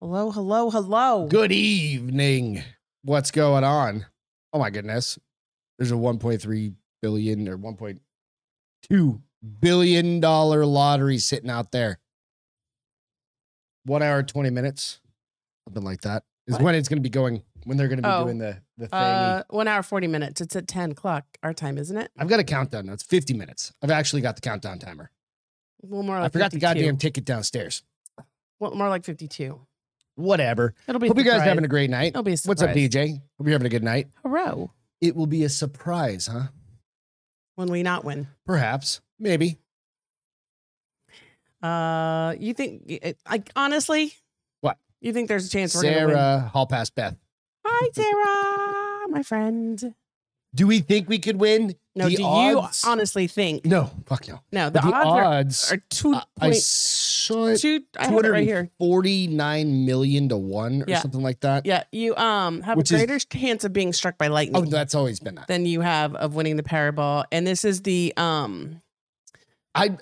Hello, hello, hello. Good evening. What's going on? Oh my goodness. There's a 1.3 billion or 1.2 billion dollar lottery sitting out there. One hour, 20 minutes. Something like that is What? when it's going to be going, when they're going to be Oh. doing the, the thing. Uh, one hour forty minutes. It's at ten o'clock our time, isn't it? I've got a countdown now. It's 50 minutes. I've actually got the countdown timer. Well, more like I forgot 52. the goddamn ticket downstairs. Well, more like fifty-two. Whatever. It'll be. a Hope you guys are surprise. having a great night. It'll be a What's up, surprise. DJ? Hope you're having a good night. Hello. It will be a surprise, huh? When we not win. Perhaps. Maybe. Uh, you think? Like honestly. What? You think there's a chance we're gonna win? Sarah, Hall Pass Beth. Hi, Sarah, my friend. Do we think we could win? No, The do odds- you honestly think? No, fuck no. No, the, The, odds, are- odds, are, two I- I point saw it two. I have it right here. 249 million to one or Yeah. something like that. Yeah, you um have Which a is- greater chance of being struck by lightning Oh, that's always been that. than you have of winning the Powerball. And this is the um. I.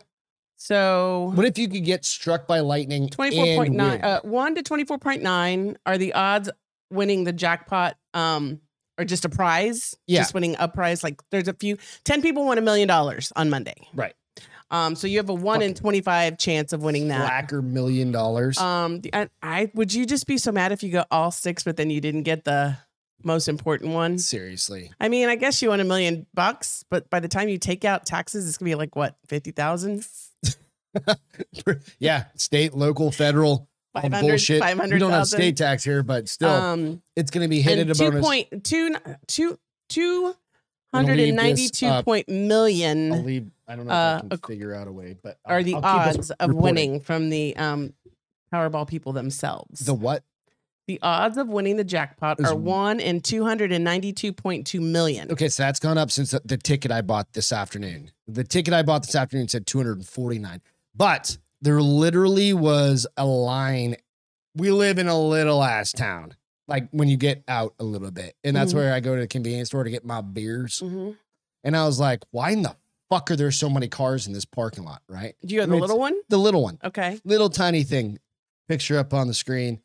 So What if you could get struck by lightning? twenty four point nine, and win? uh, one to twenty four point nine are the odds winning the jackpot. Um. Or just a prize, Yeah. just winning a prize. Like there's a few, 10 people won a million dollars on Monday. Right. Um, so you have a one in Fucking 25 chance of winning that. Blacker million dollars. Um, the- I, I would you just be so mad if you got all six, but then you didn't get the most important one? Seriously. I mean, I guess you won a million bucks, but by the time you take out taxes, it's gonna be like what fifty thousand. yeah. State, local, federal. all the 500, bullshit. We don't have 500,000. state tax here, but still, Um, it's going to be hit at and a bonus. 2.2 two- I'm gonna leave this 292 up. point I'll million leave. I don't know uh, if I can ac- figure out a way, but I'll- are the I'll keep us odds of reporting. winning from the um, Powerball people themselves. The what? the odds of winning the jackpot Is- are one in two hundred and ninety-two point two million. Okay, so that's gone up since the, the ticket I bought this afternoon. The ticket I bought this afternoon said 249. But there literally was a line. We live in a little ass town. Like when you get out a little bit. And that's Mhm. where I go to the convenience store to get my beers. Mhm. And I was like, why in the fuck are there so many cars in this parking lot? Right? Do you have I the mean, it's- little one? The little one. Okay. little tiny thing picture up on the screen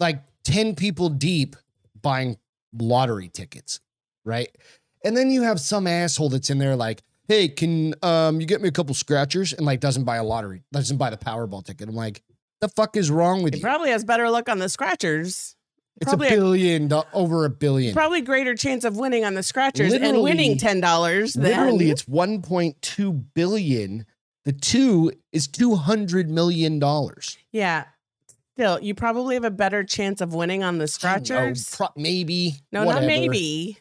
like 10 people deep buying lottery tickets right and then you have some asshole that's in there like hey can um you get me a couple scratchers and like doesn't buy a lottery doesn't buy the powerball ticket i'm like the fuck is wrong with It you probably has better luck on the scratchers. it's a probably a- billion do- over a billion Probably greater chance of winning on the scratchers and Literally- winning ten dollars than literally it's 1.2 billion the two is 200 million dollars yeah. Still, you probably have a better chance of winning on the scratchers. Oh, pro- maybe No, whatever. not maybe.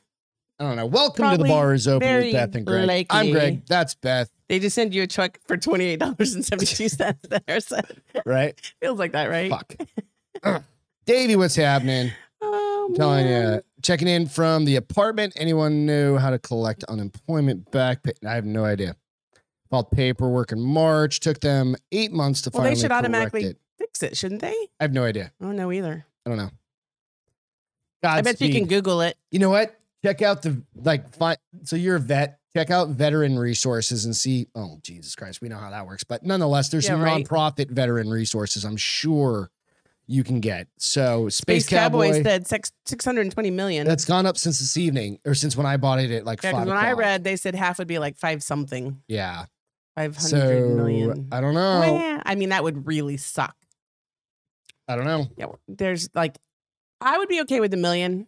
I don't know. Welcome to the Probably bar is open very with Beth and Greg. I'm likely. Greg. That's Beth, They just send you a check for twenty eight dollars and seventy two cents there. So it right? feels like that, right? Fuck. Ugh. Davey, what's happening? Oh, I'm telling man. you. Checking in from the apartment. Anyone knew how to collect unemployment back pay? I have no idea. Filed paperwork in March. Took them eight months to Well, they finally should correct automatically- it. Fix it, shouldn't they? I have no idea. I don't know either. I don't know. I bet you can Godspeed. Google it. You know what? Check out the like. Find, so you're a vet. Check out veteran resources and see. Oh Jesus Christ, we know how that works. But nonetheless, there's Yeah, some right. nonprofit veteran resources. I'm sure you can get. So Space, Space, Cowboys Cowboy. said six six hundred and twenty million. that's gone up since this evening, or since when I bought it at like yeah, five. because when I o'clock. read, they said half would be like five something, yeah. five hundred So million. I don't know. Well, I mean, that would really suck. I don't know. Yeah, there's like, I would be okay with a million.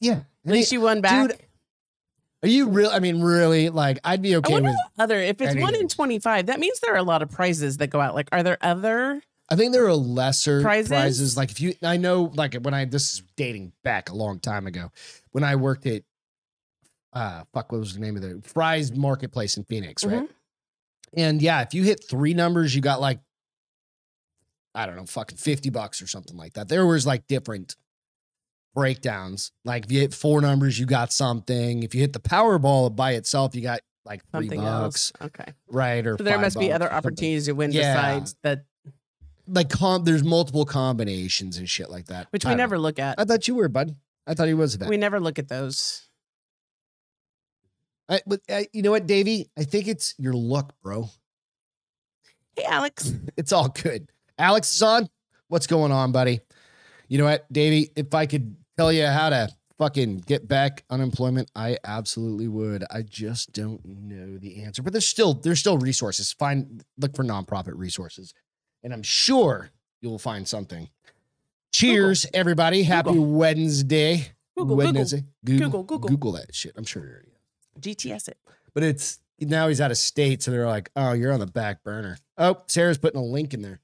Yeah. At least you won back. dude, Are you real? I mean, really? Like, I'd be I okay wonder with. what other. If it's one in anything. twenty five, that means there are a lot of prizes that go out. Like, are there other? I think there are lesser Prizes? prizes. Like if you, I know, like when I this is dating back a long time ago, when I worked at, uh, fuck, what was the name of the Fry's Marketplace in Phoenix, right? Mm-hmm. And yeah, if you hit three numbers, you got like, I don't know, fucking fifty bucks or something like that. There was like different breakdowns. Like if you hit four numbers, you got something. If you hit the Powerball by itself, you got like three Something bucks, else. Okay, right? Or so there five must be bucks other or something. opportunities to win Yeah. besides that, Like com- there's multiple combinations and shit like that, which I we don't know. never look at. I thought you were, bud. I thought he was a vet. We never look at those. I, but I, you know what, Davey? I think it's your luck, bro. Hey, Alex. It's all good. Alex is on. What's going on, buddy? You know what, Davey? If I could tell you how to fucking get back unemployment, I absolutely would. I just don't know the answer. But there's still there's still resources. Find look for nonprofit resources. And I'm sure you'll find something. Cheers, everybody. Happy Google. Wednesday. Google, Wednesday. Google, Google, Google. that shit. I'm sure you already GTS it. but it's now he's out of state, so they're like, "Oh, you're on the back burner." Oh, Sarah's putting a link in there,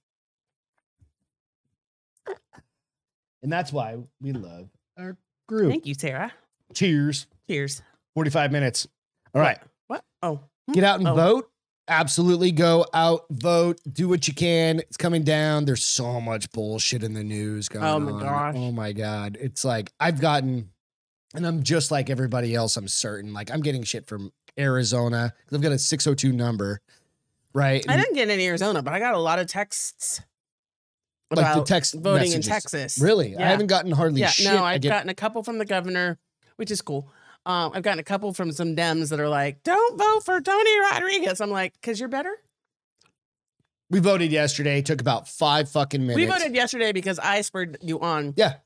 and that's why we love our group. Thank you, Sarah. Cheers! Cheers. Forty-five minutes. All right, What? Oh, hmm. get out and Oh. vote. Absolutely, go out, vote, do what you can. It's coming down. There's so much bullshit in the news going Oh my on. gosh. Oh my god! It's like I've gotten, and I'm just like everybody else. I'm certain. Like I'm getting shit from Arizona because I've got a 602 number, right? I And- didn't get in Arizona, but I got a lot of texts Like the about text voting messages. in Texas. Really? I Yeah. haven't gotten hardly Yeah, shit. no, I I've get, gotten a couple from the governor, which is cool. Um, I've gotten a couple from some Dems that are like, "Don't vote for Tony Rodriguez." I'm like, "Cause you're better." we voted yesterday. It took about five fucking minutes. We voted yesterday because I spurred you on. Yeah.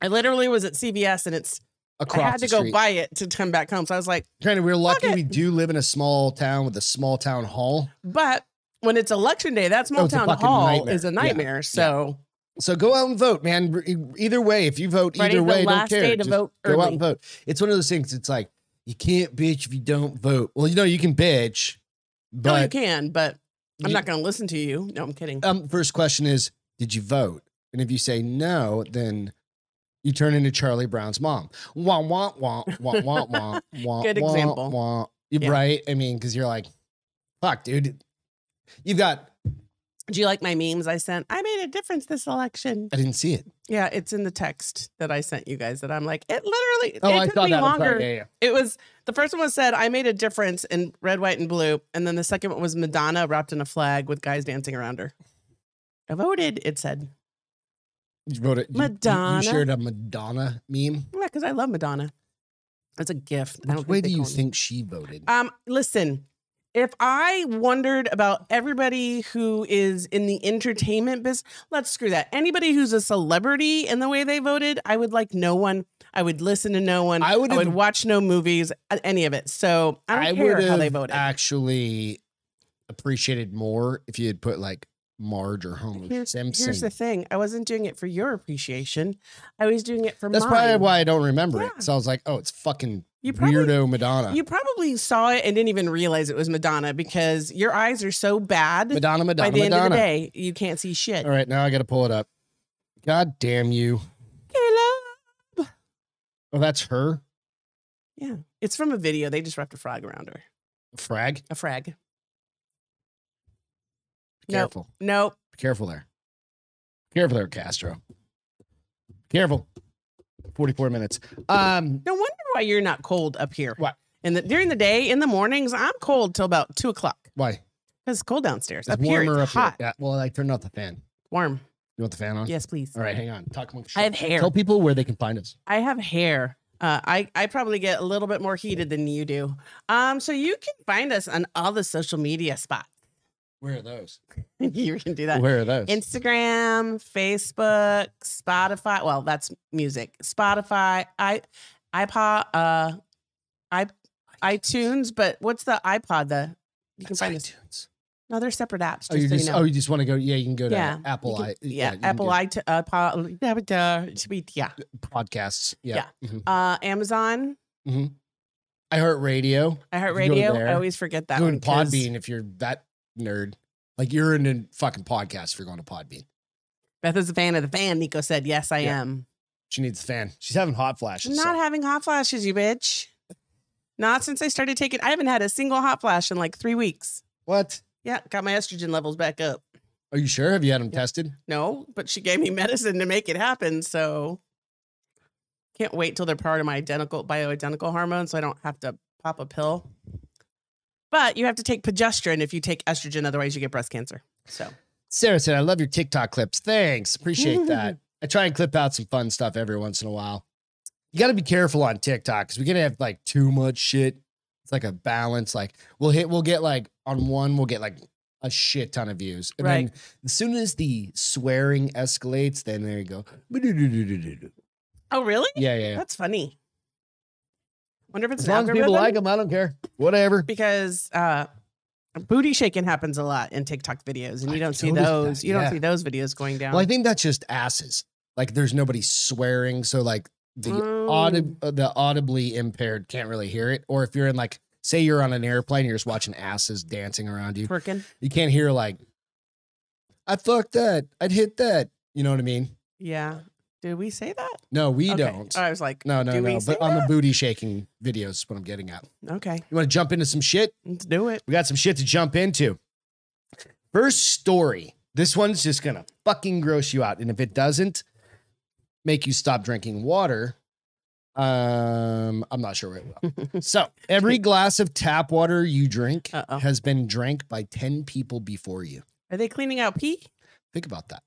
I literally was at CVS and it's across I had to the go street. buy it to come back home. So I was like, Granted, we're lucky it. we do live in a small town with a small town hall. but when it's election day, that small it's a town fucking hall nightmare. is a Yeah, nightmare. So So go out and vote, man. Re- Either way, if you vote Friday's either the way, last don't care. day to Just vote go out early. and vote. It's one of those things. It's like you can't bitch if you don't vote. Well, you know you can bitch, but no, you can, but I'm you- not going to listen to you. No, I'm kidding. um, first question is, did you vote? And if you say no, then you turn into Charlie Brown's mom. Wah wah wah wah wah wah wah. Good wah, example. Wah. You- Yeah. Right? I mean, because you're like, fuck, dude. You've got. Do you like my memes I sent? I made a difference this election. I didn't see it. Yeah, it's in the text that I sent you guys that I'm like, it literally Oh, it I took saw me that. I'm sorry. longer. Yeah, yeah. It was the first one was said, I made a difference in red, white, and blue. And then the second one was Madonna wrapped in a flag with guys dancing around her. I voted, it said. You wrote it. you- you- Madonna. You, shared a Madonna meme. Yeah, because I love Madonna. It's a gift. I Which don't way they do you call it- think she voted? Um, listen, if I wondered about everybody who is in the entertainment business, let's screw that. Anybody who's a celebrity and the way they voted, I would like no one. I would listen to no one. I would I would have- watch no movies, uh, any of it. So I don't care would how they have voted. actually appreciated more if you had put like Marge or Homer Here's, Simpson. here's the thing: I wasn't doing it for your appreciation. I was doing it for That's mine. probably why I don't remember Yeah. it. So I was like, oh, it's fucking You probably- weirdo Madonna. You probably saw it and didn't even realize it was Madonna because your eyes are so bad. Madonna, Madonna, By the end Madonna. of the day, you can't see shit. All right, now I got to pull it up. God damn you. Caleb. Oh, that's her Yeah. It's from a video. They just wrapped a frog around her. frag. A frag. Be Nope. careful. Nope. Be careful there. Be careful there, Castro. Be careful. 44 minutes. Um, No wonder why you're not cold up here. What? And the, during the day, in the mornings, I'm cold till about two o'clock why? because it's cold downstairs. It's up here, warmer it's up hot. here. Yeah, well, I turned off the fan. Warm. You want the fan on? Yes, please. All right, hang on. Talk amongst I have yourselves. hair. Tell people where they can find us. I have hair. Uh, I, I probably get a little bit more heated than you do. Um, so you can find us on all the social media spots. Where are those? you can do that. Where are those? Instagram, Facebook, Spotify. Well, that's music. Spotify, i iPod, uh, i iTunes. But what's the iPod? The you can That's find us. iTunes. No, they're separate apps. Just Oh, you so just you know. oh, you just want to go? Yeah, you can go to Yeah, Apple. You can- I, yeah, you can Apple go iTunes, uh, pod- yeah, but, uh, sweet, yeah. podcasts. Yeah, Mhm. Uh, Amazon, iHeartRadio. You go iHeartRadio. there. I always forget that. Go one to 'cause- Podbean if you're that nerd. Like you're in a fucking podcast if you're going to Podbean. Beth is a fan of the fan. Nico said, "Yes, I Yeah. am." She needs a fan. She's having hot flashes. Not so- having hot flashes, you bitch. Not since I started taking. I haven't had a single hot flash in like three weeks. what? Yeah, got my estrogen levels back up. Are you sure? Have you had them tested? No, but she gave me medicine to make it happen. So can't wait till they're part of my identical bioidentical hormone so I don't have to pop a pill. But you have to take progesterone if you take estrogen, otherwise you get breast cancer. So Sarah said, "I love your TikTok clips. Thanks, appreciate that. I try and clip out some fun stuff every once in a while. You got to be careful on TikTok because we gotta have like too much shit. It's like a balance. Like we'll hit, we'll get like on one, we'll get like a shit ton of views. And Right. then as soon as the swearing escalates, then there you go. Oh, really? Yeah, yeah. yeah. That's funny. Wonder if it's As an long as people algorithm? like them, I don't care. Whatever. because uh, booty shaking happens a lot in TikTok videos, and you I've don't see noticed that, those. You yeah. don't see those videos going down. Well, I think that's just asses. Like there's nobody swearing, so like the Mm, audib- uh, the audibly impaired can't really hear it. Or if you're in like, say you're on an airplane, you're just watching asses dancing around you. twerking. You can't hear like, I fucked that, I'd hit that. You know what I mean? Yeah. Did we say that? No, we Okay. don't. I was like, no, no, do we no. say But on the that? booty shaking videos is what I'm getting at. okay, You want to jump into some shit? let's do it. We got some shit to jump into. First story. This one's just gonna fucking gross you out, and if it doesn't make you stop drinking water, um, I'm not sure it will. so every glass of tap water you drink Uh-oh. has been drank by ten people before you. Are they cleaning out pee? Think about that.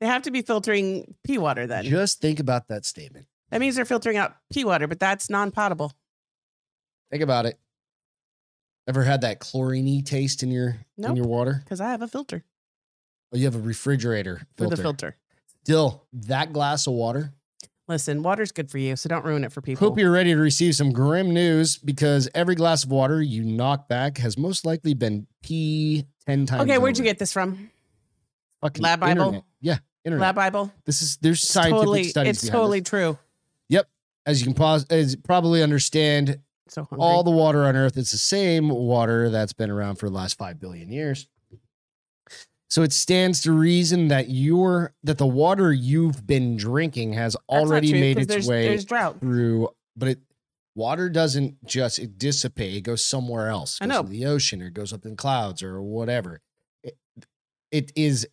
They have to be filtering pee water then. Just think about that statement. That means they're filtering out pee water, but that's non-potable. Think about it. Ever had that chloriney taste in your in Nope. your water? Because I have a filter Oh, you have a refrigerator for the filter. filter. Still, that glass of water Listen, water's good for you, so don't ruin it for people. Hope you're ready to receive some grim news because every glass of water you knock back has most likely been pee 10 times. okay, where'd you over. get this from? Fucking Lab Bible? internet. Yeah, internet. Lab Bible. This is there's It's scientific totally, studies it's behind totally this. true. As you can pause, as you probably understand, So hungry. all the water on Earth is the same water that's been around for the last five billion years. So it stands to reason that your that the water you've been drinking has That's not already true, made 'cause its there's, way There's drought. through, but it water doesn't just it dissipate. It goes somewhere else. It I goes know. in the ocean or it goes up in clouds or whatever. It, it is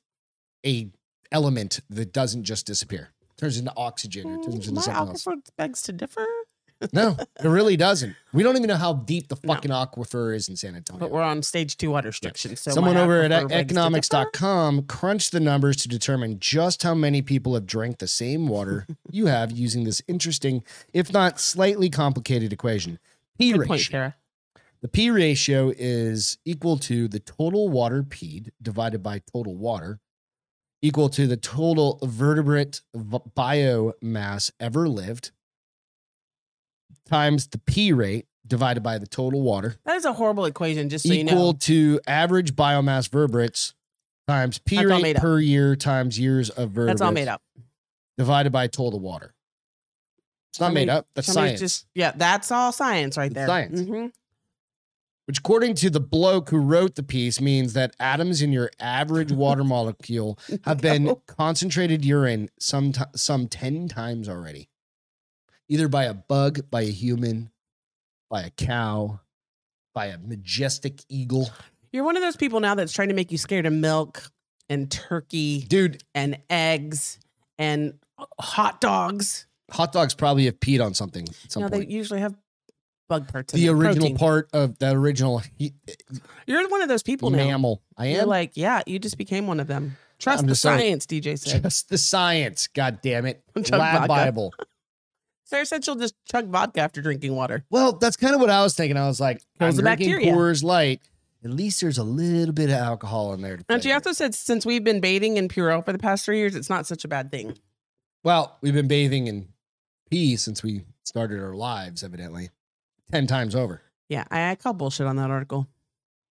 a element that doesn't just disappear. It turns into oxygen or it Mm, turns into My something else. aquifer begs to differ, No, it really doesn't. We don't even know how deep the No. fucking aquifer is in San Antonio. but we're on stage two water restrictions. So Someone my over aquifer at begs to differ. economics.com crunched the numbers to determine just how many people have drank the same water you have using this interesting, if not slightly complicated equation. P Good point, ratio. Kara. The P ratio is equal to the total water peed divided by total water equal to the total vertebrate v- biomass ever lived times the P rate divided by the total water That is a horrible equation. Just so you equal know, to average biomass vertebrates times P That's all rate made up. per year times years of vertebrates that's all made up. divided by total water. It's not made Somebody- up. That's Somebody's science. yeah, that's all science right It's there. science. Mhm. which, according to the bloke who wrote the piece, means that atoms in your average water molecule have been No. concentrated urine some ti- some ten times already, either by a bug, by a human, by a cow, by a majestic eagle. You're one of those people now that's trying to make you scared of milk and turkey Dude, and eggs and uh, hot dogs. hot dogs probably have peed on something. At some No, point. they usually have bug parts. in the them, original protein. part of the original he- You're one of those people now. mammal. I You're am like, yeah, you just became one of them. Trust I'm the just saying. science, DJ said. just the science. God damn it, Chug lab vodka. Bible. Sarah said she'll just chug vodka after drinking water. Well, that's kind of what I was thinking. I was like, I'm Kills the drinking bacteria. Coors Light. At least there's a little bit of alcohol in there. to And she flavor it. also said since we've been bathing in Purell for the past three years, it's not such a bad thing. Well, we've been bathing in pee since we started our lives, evidently, ten times over. Yeah, I, I call bullshit on that article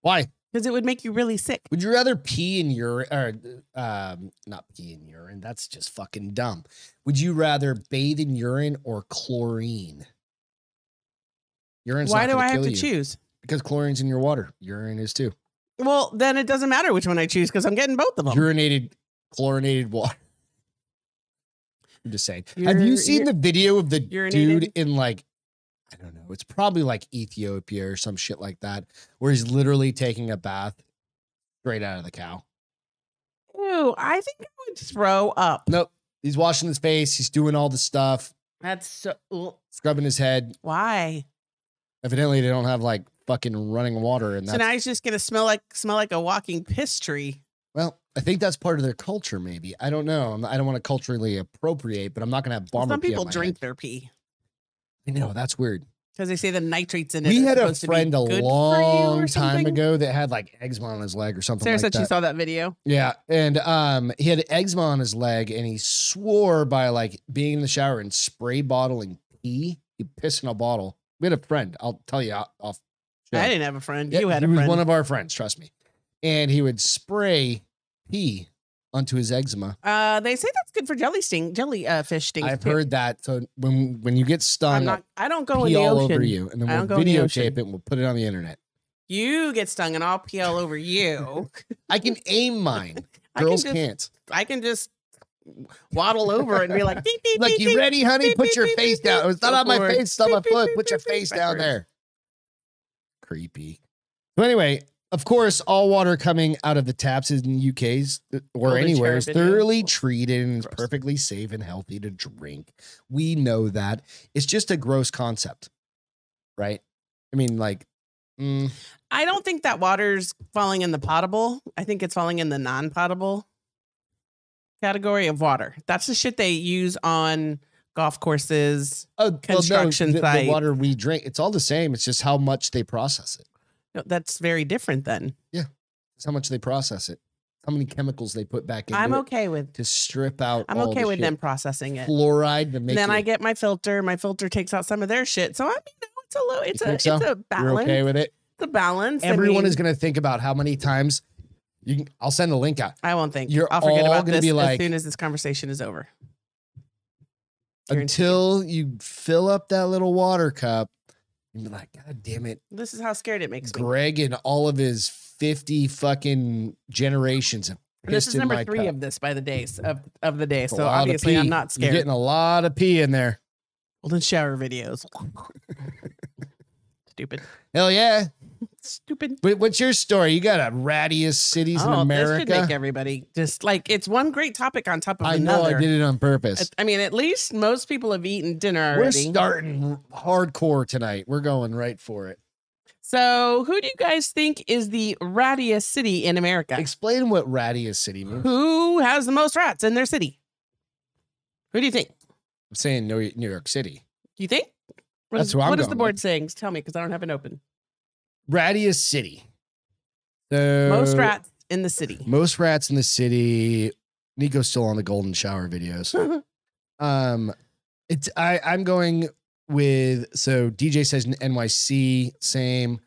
Why because it would make you really sick. would you rather pee in urine or um, not pee in urine? That's just fucking dumb. Would you rather bathe in urine or chlorine? Urine's Why not do gonna I have kill to you. choose? because chlorine's in your water. Urine is too. Well, then it doesn't matter which one I choose because I'm getting both of them. Urinated, chlorinated water. I'm just saying. Have Ur- you seen ur- the video of the dude urinated? in like, I don't know, it's probably like Ethiopia or some shit like that, where he's literally taking a bath straight out of the cow. Ew, I think I would throw up. Nope. He's washing his face. He's doing all the stuff, That's so. ugh. scrubbing his head. Why? Evidently, they don't have like fucking running water. And So that's, now he's just gonna smell like smell like a walking piss tree. well, I think that's part of their culture, maybe. I don't know. I'm- I don't want to culturally appropriate, but I'm not going to have bomber Some pee on people my head. drink their pee. I know that's weird. because they say the nitrates in it. We are had a supposed to be friend a good for you or long time something. ago that had like eczema on his leg or something Sarah like said that. she saw that video. Yeah, and um, he had eczema on his leg, and he swore by like being in the shower and spray bottling pee. He piss in a bottle. We had a friend. I'll tell you off- off. show. I didn't have a friend. Yeah, you had he a was friend. one of our friends. Trust me. And he would spray pee onto his eczema. uh, they say that's good for jelly sting, jelly uh, fish stings. I've too. heard that. So when when you get I'm stung, not. I don't I'll go in pee the all ocean. over you, and then I we'll don't go in the videotape it ocean. and we'll put it on the internet. You get stung, and I'll pee all over you. I can aim mine. I can Girls just, can't. I can just waddle over and be like, ding, ding, Like ding, you ding. ready, honey? Beep, Put beep, your beep, face beep, down. beep. It's not on my Forward. face. It's on my Beep, beep, foot. beep, Put your beep, beep, face down backwards. there. Creepy. So anyway, of course, all water coming out of the taps in the UK's or Golden anywhere is shower video. thoroughly treated and is Gross. perfectly safe and healthy to drink. We know that. It's just a gross concept, right? I mean, like, mm, I don't think that water's falling in the potable. I think it's falling in the non-potable category of water. That's the shit they use on golf courses. oh, well, no, Construction the- site. the water we drink. It's all the same. It's just how much they process it. No, That's very different then. It's how much they process it. How many chemicals they put back into I'm it okay with to strip out. I'm all okay the with shit. them processing it. Fluoride to make. And then you, I get my filter. My filter takes out some of their shit. So I mean, no, it's a low, it's a think so? it's a you're balance. okay with it. It's a balance. I Everyone mean, is going to think about how many times. You can, I'll send a link out. I won't think. you're I'll forget all about gonna this be as like- soon as this conversation is over. Guaranteed. Until you fill up that little water cup, you'd be like, God damn it. This is how scared it makes me. Greg and all of his 50 fucking generations have This pissed is in number my three cup. of this by the days of, of the day. It's a So lot of obviously I'm pee. not You're scared. getting a lot of pee in there. Golden shower videos. Stupid. Hell yeah. Stupid. But what's your story? You got a rattiest cities in Oh, this should make America. everybody just like it's one great topic on top of I know another. I did it on purpose. At- I mean, at least most people have eaten dinner We're already. starting hardcore tonight. We're going right for it. so, who do you guys think is the rattiest city in America? Explain what rattiest city means. Who has the most rats in their city? Who do you think? I'm saying New New York City. You think? What That's is- who I'm what is the going board saying? Tell me, because I don't have it open. Rattiest city. So most rats in the city. Most rats in the city. Nico's still on the golden shower videos. Um, it's I I'm going with so DJ says in NYC same.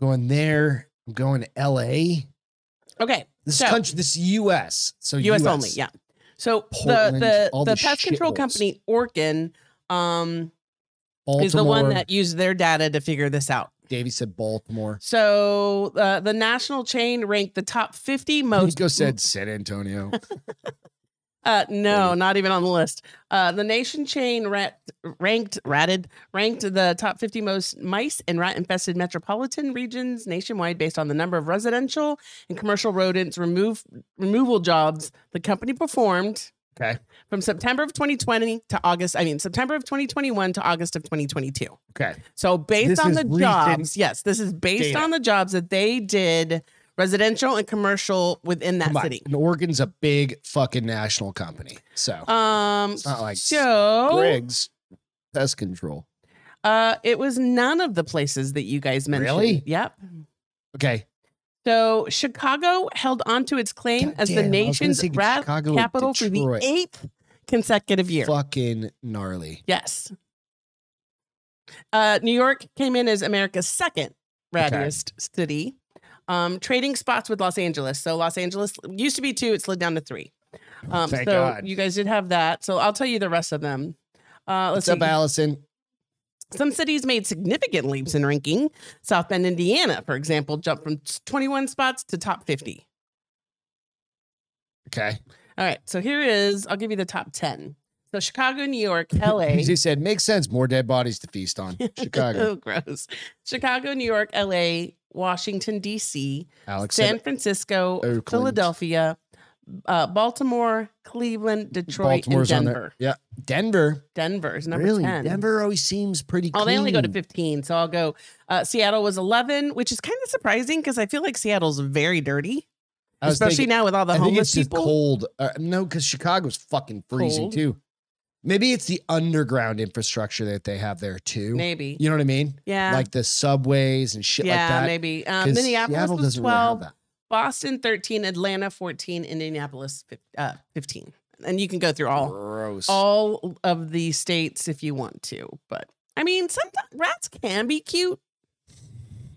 Going there. I'm going to LA. okay. This So- country. This U.S. So US, only, yeah. So Oh, Portland, the all the, the the pest control shitholes. company Orkin um, Baltimore. is the one that used their data to figure this out. Davey said Baltimore. So uh, the national chain ranked the top 50 most. Nico said San Antonio. Uh, no, Wait. not even on the list. Uh, the nation chain rat, ranked ratted ranked the top 50 most mice and rat infested metropolitan regions nationwide based on the number of residential and commercial rodents remove removal jobs the company performed. Okay. From September of 2020 to August, I mean September of 2021 to August of 2022. Okay. So based This on is the recent jobs, yes, this is based data. on the jobs that they did residential and commercial within that Come on. city. And Oregon's a big fucking national company. So Um It's not like so Griggs pest control. uh it was none of the places that you guys mentioned. Really? Yep. Okay. So Chicago held on to its claim as the Goddamn, I was gonna nation's say rat Chicago or capital for the Detroit. eighth consecutive year. Fucking gnarly. Yes. Uh, New York came in as America's second Okay. rattiest city, um, trading spots with Los Angeles. So Los Angeles used to be two, it slid down to three. Um, Thank so God. you guys did have that. So I'll tell you the rest of them. Uh, let's What's see. up, Allison? Some cities made significant leaps in ranking. South Bend, Indiana, for example, jumped from 21 spots to top 50. Okay. All right. So here is, I'll give you the top 10. So Chicago, New York, LA. He said, makes sense. More dead bodies to feast on. Chicago. oh, gross. Chicago, New York, LA, Washington, D.C., Alex San said Francisco, Oakland. Philadelphia, uh, Baltimore, Cleveland, Detroit, Baltimore's on and there. Denver. Yeah. Denver. Denver's number really? 10. Denver always seems pretty Oh, they only go to clean. 15. So I'll go. Uh, Seattle was 11, which is kind of surprising because I feel like Seattle's very dirty, I was especially thinking- now with all the I think homeless it's just people. cold. Uh, no, because Chicago's fucking freezing Cold. too. Maybe it's the underground infrastructure that they have there too. Maybe. You know what I mean? yeah. Like the subways and shit yeah, like that. maybe. 'Cause Um, Minneapolis Seattle was doesn't really have 12, that. Boston 13, Atlanta 14, Indianapolis fif- uh, 15. And you can go through all Gross. Oh. all of the states if you want to. But I mean, sometimes rats can be cute.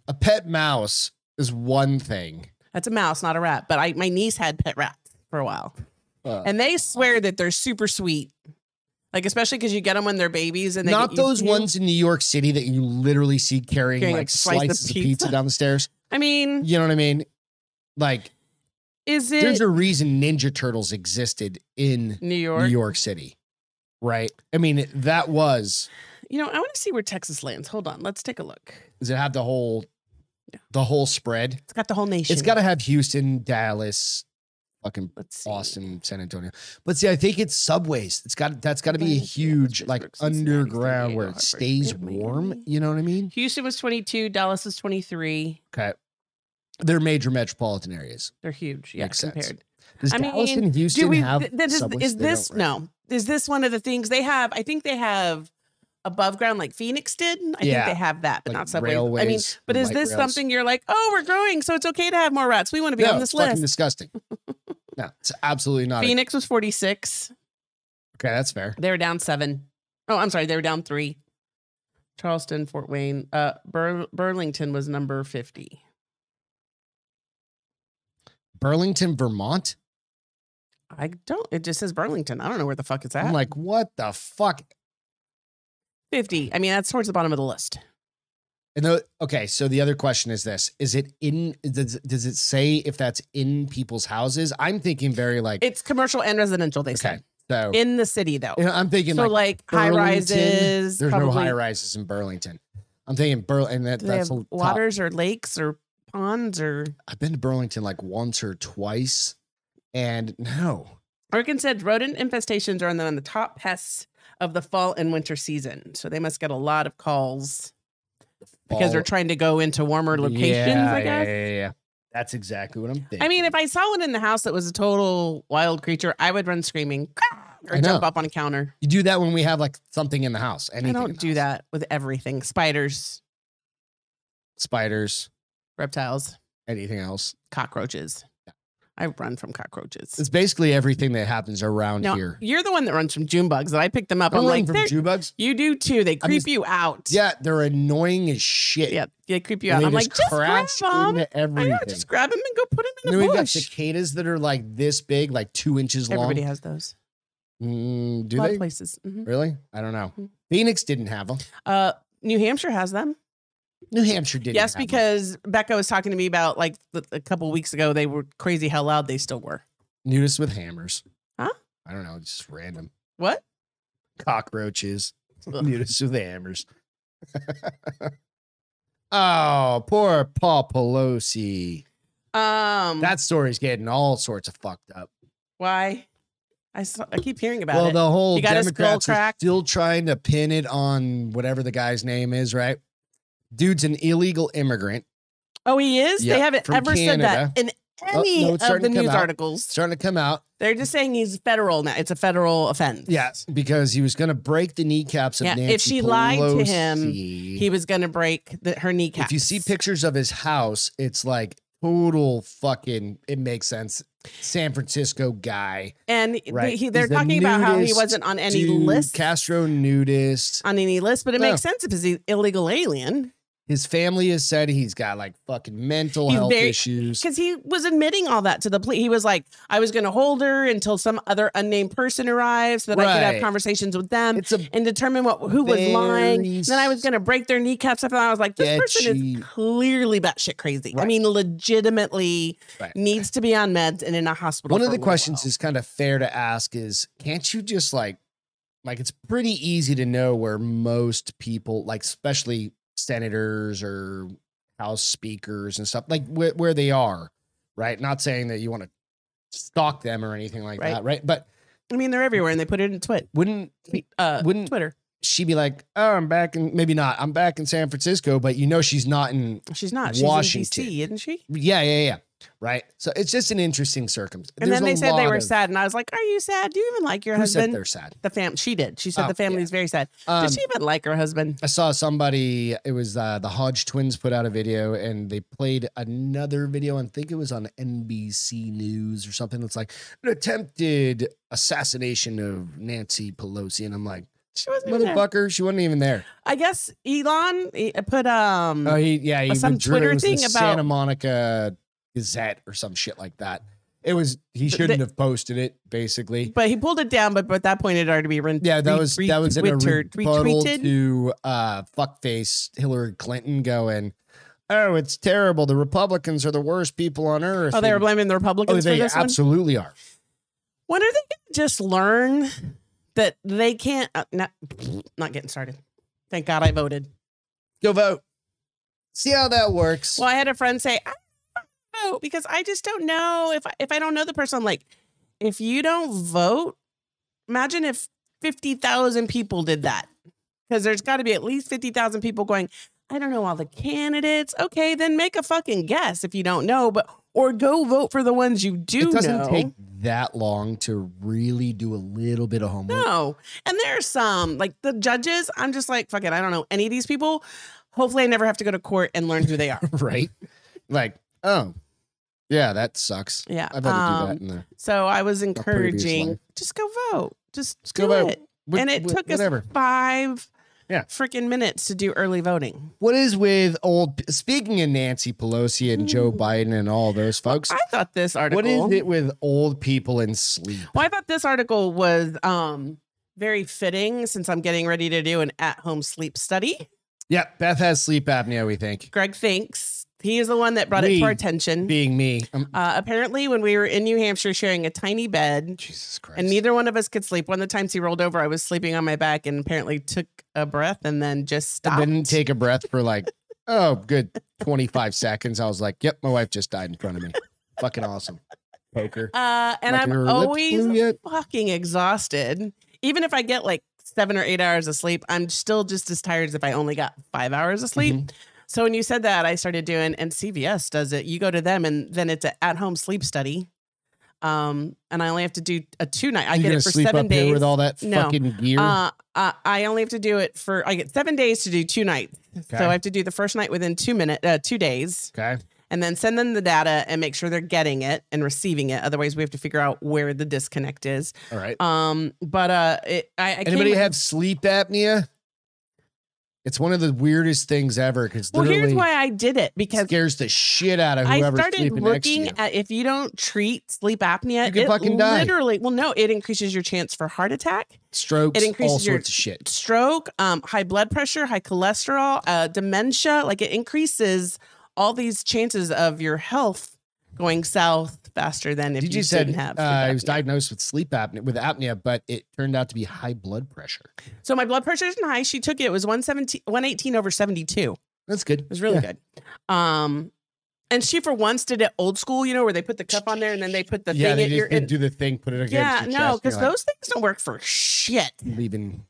a pet mouse is one thing. That's a mouse, not a rat. But I my niece had pet rats for a while. Uh, And they swear that they're super sweet. Like especially because you get them when they're babies and they not get used those to you. ones in New York City that you literally see carrying Carrying a like slice of slices of pizza. pizza. down the stairs. I mean, You know what I mean? Like, is there's it a reason Ninja Turtles existed in New York? New York City, right? I mean, that was You know, I want to see where Texas lands. Hold on, let's take a look. does it have the whole, the whole spread? It's got the whole nation. It's got to have Houston, Dallas, fucking let's see. Austin, San Antonio. But see, I think it's subways. It's got that's got to be a Atlanta, Seattle, huge like Pittsburgh, Cincinnati, San underground where Diego, it Hartford, stays Miami. warm. You know what I mean? Houston was 22, Dallas was 23. Okay. They're major metropolitan areas. They're huge. Yeah, Makes sense. compared. Does I Dallas mean, and Houston Do we? have th- th- is, subways? is They don't, this right? no? Is this one of the things they have? I think they have above ground like Phoenix did. I Yeah. think they have that, but Like not subways. I mean, railways but and is light this rails. something you're like, oh, we're growing, so it's okay to have more rats? We want to be no, on this it's fucking list. disgusting. no, it's absolutely not. a- Phoenix was 46. okay, that's fair. They were down seven. Oh, I'm sorry, they were down three. Charleston, Fort Wayne, uh, Bur- Burlington was number 50. Burlington, Vermont. I don't. It just says Burlington. I don't know where the fuck it's at. I'm like, what the fuck? 50. I mean, that's towards the bottom of the list. And the, okay, so the other question is this: Is it in? Does, does it say if that's in people's houses? I'm thinking very like It's commercial and residential. They okay, said so in the city though. you know, I'm thinking so like, like, high Burlington, rises. There's no probably- high rises in Burlington. I'm thinking Burlington. That, Do they that's have a top- waters or lakes or ponds or? I've been to Burlington like once or twice, and no, Orkin said rodent infestations are on the, on the top pests of the fall and winter season. So they must get a lot of calls because they're All- trying to go into warmer locations. Yeah, I yeah, guess. yeah, yeah. That's exactly what I'm thinking. I mean, if I saw one in the house that was a total wild creature, I would run screaming or I know. jump up on a counter. you do that when we have like something in the house, I anything in don't the do house. that with everything. Spiders, Spiders, reptiles, anything else. cockroaches. I run from cockroaches. It's basically everything that happens around No, here. You're the one that runs from June bugs that I picked them up. I'm I'm running like, from "They're- Jew bugs. you do too. They creep just- you out. Yeah, they're annoying as shit. Yeah. They creep you And out. they I'm like, just grab crash them. into I everything. know, just grab them and go put them and in then a we've got bush. cicadas that are like this big, like two inches Everybody long. has those. Mm, a do lot they? of places. Mhm. Really? I don't know. Mhm. Phoenix didn't have them. Uh, New Hampshire has them. New Hampshire didn't. yes, have 'em. because Becca was talking to me about like th- a couple weeks ago. They were crazy how loud they still were. nudists with hammers. Huh? I don't know. It's just random What? cockroaches. Ugh. nudists with hammers. oh, poor Paul Pelosi. Um, That story's getting all sorts of fucked up. Why? I saw, I keep hearing about well, it. the whole You got his skull Democrats are cracked? still trying to pin it on whatever the guy's name is, right? Dude's an illegal immigrant. oh, he is. Yeah, they haven't from ever said that in no, any it's of starting the to come news out. articles. Starting to come out. They're just saying he's federal now. It's a federal offense. Yes, because he was going to break the kneecaps of Yeah, if Nancy she lied to him, Pelosi. He was going to break the, her kneecaps. If you see pictures of his house, it's like total fucking. It makes sense. San Francisco guy, and Right. they, he, they're He's the talking about how he nudist wasn't on any dude, list, Castro nudist. on any list, but it No. makes sense if he's an illegal alien His family has said he's got like fucking mental He's health very- issues. because he was admitting all that to the police. He was like, "I was going to hold her until some other unnamed person arrives, so that I could Right. have conversations with them." It's a and determine what who was lying. Very Then I was going to break their kneecaps. I thought I was like, this person sketchy. is clearly batshit crazy. I Right. mean, legitimately Right. needs to be on meds and in a hospital. one for of a the little questions while. is kind of fair to ask is can't you just like like it's pretty easy to know where most people like especially senators or house speakers and stuff like where, where they are right not saying that you want to stalk them or anything like Right. that right but I mean, they're everywhere and they put it in twit, wouldn't uh, Wouldn't- Twitter. she be like oh i'm back in maybe not i'm back in san francisco but you know she's not in She's not. She's Washington. in D.C., isn't she? yeah yeah yeah right? So it's just an interesting circumstance. And then they said they were sad, and I was like, "Are you sad? Do you even like your Who said husband?" they're sad? The fam. She did. She said Oh, the family's very sad. Um, did she even like her husband? I saw somebody. It was uh, the Hodge twins put out a video, and they played another video. I think it was on NBC News or something. It's like an attempted assassination of Nancy Pelosi, and I'm like, She wasn't. even there. motherfucker, she wasn't even there. I guess Elon he put um. Oh, he yeah, he some withdrew. It Twitter was the thing about- Santa Monica Gazette or some shit like that. It was he Th- shouldn't they- have posted it. Basically, but he pulled it down, but but at that point it had already been re- yeah, that re- was re- that was in a twitter- rebuttal retweeted. to uh, fuckface Hillary Clinton going, "Oh, it's terrible. The Republicans are the worst people on earth." Oh, they were And- blaming the Oh, Republicans they for this one. absolutely are. When are they going to just learn that they can't? Uh, not, not getting started. Thank God I voted. Go vote. See how that works. Well, I had a friend say, "I don't vote because I just don't know if I, if I don't know the person." I'm like, if you don't vote, imagine if fifty thousand people did that, because there's got to be at least fifty thousand people going. I don't know all the candidates. Okay, then make a fucking guess if you don't know, but or go vote for the ones you do it doesn't know. take that long to really do a little bit of homework. No. And there are some, like the judges, I'm just like, fuck it, I don't know any of these people. Hopefully I never have to go to court and learn who they are. right? Like, oh, yeah, that sucks. Yeah. I've had to do um, that in there. So I was previous life. encouraging, just go vote. Just, Just go go do vote. it. and it took us five Yeah. freaking minutes to do early voting. What is with old? Speaking of Nancy Pelosi and Joe Mm. Biden and all those folks, I thought this what article is it with old people and sleep? Well, I thought this article was um very fitting since I'm getting ready to do an at-home sleep study. Yeah, Beth has sleep apnea. We think Greg thinks he is the one that brought it to We our attention. being me, um, Uh, apparently, when we were in New Hampshire sharing a tiny bed, Jesus Christ, and neither one of us could sleep. One of the times he rolled over, I was sleeping on my back and apparently took a breath and then just I stopped. didn't take a breath for like oh good twenty five seconds. I was like, yep, my wife just died in front of me. Fucking awesome, poker. uh, and Like, are I'm her lips always blue yet? fucking exhausted. Even if I get like seven or eight hours of sleep, I'm still just as tired as if I only got five hours of sleep. Mm-hmm. So when you said that, I started doing, and CVS does it. You go to them, and then it's an at-home sleep study. Um, and I only have to do a two night. I You get gonna it for sleep seven up days. here with all that No. fucking gear. Uh, uh, I only have to do it for I get seven days to do two nights. Okay. So I have to do the first night within two minute, uh, two days, okay. and then send them the data and make sure they're getting it and receiving it. Otherwise, we have to figure out where the disconnect is. All right. Um, but uh, it, I, I came- Anybody have sleep apnea? It's one of the weirdest things ever because well, here's literally why I did it because scares the shit out of I whoever's started sleeping next to you. looking at if you don't treat sleep apnea, You can it fucking die. literally. Well, no, it increases your chance for heart attack, Strokes, it all increases your- sorts of shit. stroke, um, high blood pressure, high cholesterol, uh, dementia. Like it increases all these chances of your health going south faster than if Did you you said didn't have. uh, sleep I was apnea. diagnosed with sleep apnea with apnea, but it turned out to be high blood pressure. so my blood pressure isn't high. She took it. It was 117, 118 over 72. It That's good. was really good. Um, and she for once did it old school, you know, where they put the cup on there and then they put the yeah, thing they at just your did in. do the thing, put it against Yeah, your chest. no, and you're because like, those things don't work for shit. leaving.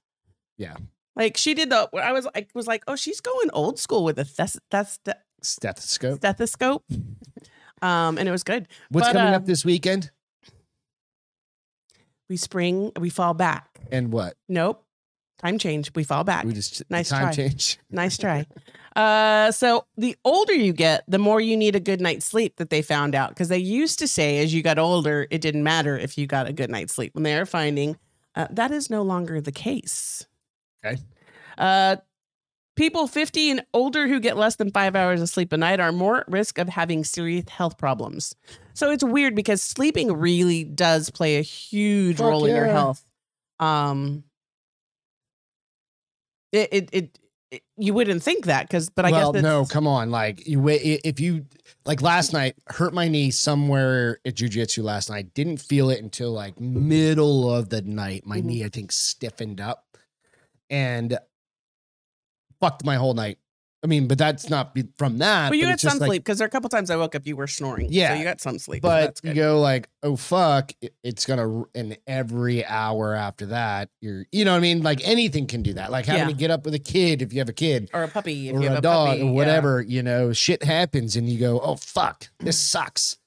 Like she did the. I was like, was like, oh, she's going old school with a thes- thes- Stethoscope. stethoscope, um, and it was good. What's But, coming um, up this weekend? We spring, we fall back. And what? Nope, time change. We fall back. We just the nice time try. change. Nice try. Uh, so the older you get, the more you need a good night's sleep. That they found out because they used to say as you got older, it didn't matter if you got a good night's sleep. When they are finding uh, that is no longer the case. Okay. Uh, people 50 and older who get less than five hours of sleep a night are more at risk of having serious health problems. So it's weird because sleeping really does play a huge Fuck role in your yeah. health. Um, it, it, it, it- you wouldn't think that because, but I well, guess no, that's- come on. Like you, wa- i- if you like last night, hurt my knee somewhere at jujitsu last night. Didn't feel it until like middle of the night. My Mhm. knee, I think, stiffened up and fucked my whole night. I mean, but that's not be- from that. Well, you Uh, but got it's just some like- sleep because there are a couple times I woke up, you were snoring. Yeah. so you got some sleep. so But that's you good. go like, oh fuck, it- it's gonna. r- And every hour after that, you're, you know, what I mean, like anything can do that. Like having Yeah. to get up with a kid if you have a kid. or a puppy, if or you have a, a dog puppy, or yeah. whatever, you know, shit happens and you go, oh fuck, this sucks.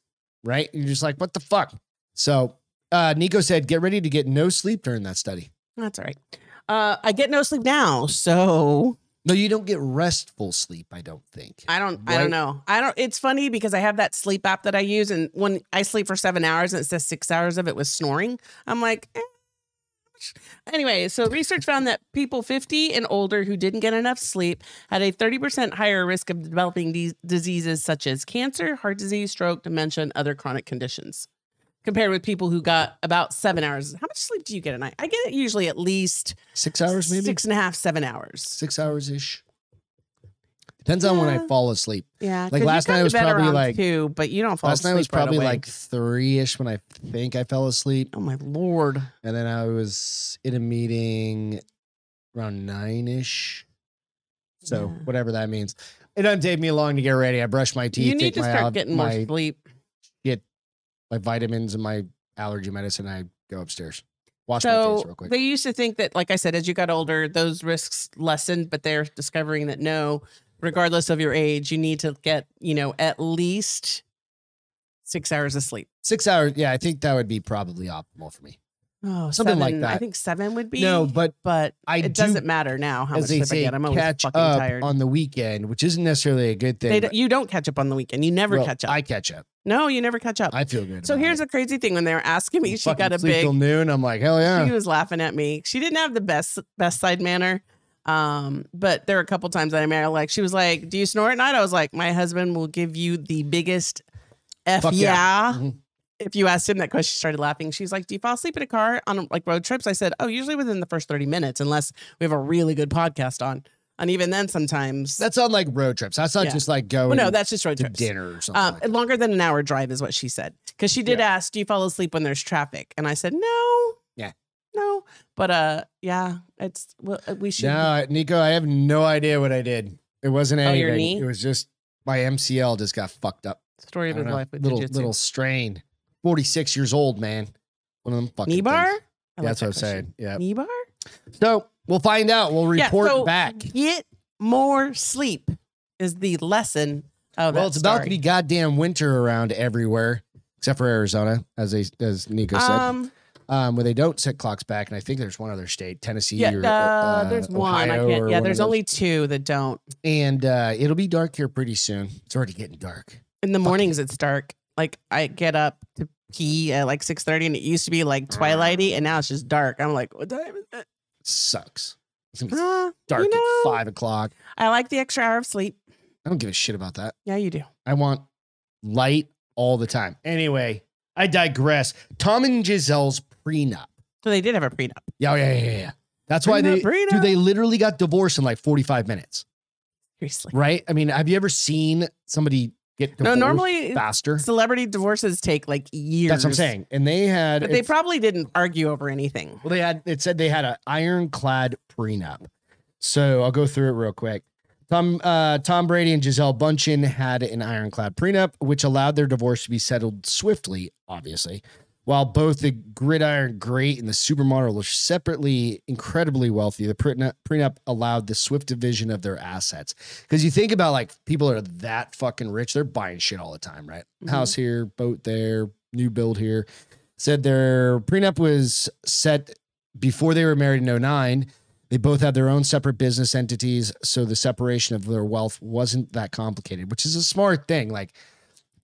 right? You're just like, what the fuck? So uh, Nico said, get ready to get no sleep during that study. That's all right. Uh, I get no sleep now, so No, you don't get restful sleep, I don't think. I don't. I Right. don't know. I don't. It's funny because I have that sleep app that I use, and when I sleep for seven hours and it says six hours of it was snoring, I'm like. eh. Anyway, so research found that people 50 and older who didn't get enough sleep had a 30% higher risk of developing these diseases such as cancer, heart disease, stroke, dementia, and other chronic conditions, compared with people who got about seven hours. How much sleep do you get a night? I get it usually at least Six hours, maybe? six and a half, seven hours. six hours ish. Depends on when I Yeah. fall asleep. Yeah, Like 'cause you last night go to was bed probably around like- two, but you don't fall Last asleep night was right probably away. like three ish when I think I fell asleep. oh my lord, And then I was in a meeting around nine ish. So Yeah. whatever that means. It doesn't take me long to get ready. I brush my teeth, you need take to my, start al- getting more my, sleep. my vitamins and my allergy medicine. I go upstairs. Wash my face So real quick. they used to think that, like I said, as you got older, those risks lessened, but they're discovering that no, regardless of your age, you need to get you know at least six hours of sleep. Six hours. Yeah, I think that would be probably optimal for me. Oh, Something like seven- I that. think seven would be No, but but I it do, doesn't matter now how much as they sleep I say, get. I'm always catch fucking up tired. on the weekend, which isn't necessarily a good thing. They but- don't- you don't catch up on the weekend. You never well, catch up. I catch up. no, you never catch up. I feel good. So about here's it. the crazy thing: when they were asking me, she Fucking got a sleep big. till noon. I'm like, hell yeah. She was laughing at me. She didn't have the best best side manner, um, but there were a couple times that I married. Like she was like, "Do you snore at night?" I was like, "My husband will give you the biggest f Fuck yeah." Mhm. If you asked him that question, she started laughing. She's like, "Do you fall asleep in a car on like road trips?" I said, "Oh, usually within the first thirty minutes, unless we have a really good podcast on." And even then, sometimes That's on like road trips. That's not Yeah. just like going well, no, that's just road to trips. dinner or something. Um, like that. longer than an hour drive is what she said. Because she did ask, "Do you fall asleep when there's traffic?" And I said, "No." Yeah. No, but uh, yeah, it's well, uh, we should. No, I- Nico, I have no idea what I did. It wasn't Oh, anything. your knee? It was just my MCL just got fucked up. Story I of don't his know. life with little jujitsu. little strain. Forty six years old, man. One of them fucking knee things. bar. I Yeah, like that's that what question. I'm saying. Yeah. Knee bar. So we'll find out. We'll Yeah, report so Oh, back. Get more sleep is the lesson of well, that it's about to story. be goddamn winter around everywhere, except for Arizona, as they as Nico said, um, Um, where they don't set clocks back. And I think there's one other state, Tennessee. yeah, or, uh, uh, there's one. I Ohio or can't. Yeah, of there's those. only two that don't. and uh, it'll be dark here pretty soon. It's already getting dark. In the mornings, it's dark. Like I get up to pee at like six thirty, and it used to be like twilighty, Ah. and now it's just dark. I'm like, what time is it? sucks. It's gonna be Uh, dark know- at five o'clock. I like the extra hour of sleep. I don't give a shit about that. Yeah, you do. I want light all the time. Anyway, I digress. Tom and Giselle's prenup. So they did have a prenup. Yeah, oh, yeah, yeah, yeah, yeah. That's why Prenup, they do. prenup. They literally got divorced in like forty-five minutes, Seriously. right? I mean, have you ever seen somebody get No, divorced normally faster? celebrity divorces take like years. That's what I'm saying. And they had But they it's- probably didn't argue over anything. Well, they had it said they had an ironclad prenup. So I'll go through it real quick. Tom uh, Tom Brady and Giselle Bundchen had an ironclad prenup, which allowed their divorce to be settled swiftly, obviously. While both the gridiron great and the supermodel were separately incredibly wealthy, the prenup, prenup allowed the swift division of their assets. Because you think about like people are that fucking rich, they're buying shit all the time, right? Mhm. House here, boat there, new build here. Said their prenup was set before they were married in 09. They both had their own separate business entities, so the separation of their wealth wasn't that complicated, which is a smart thing. Like,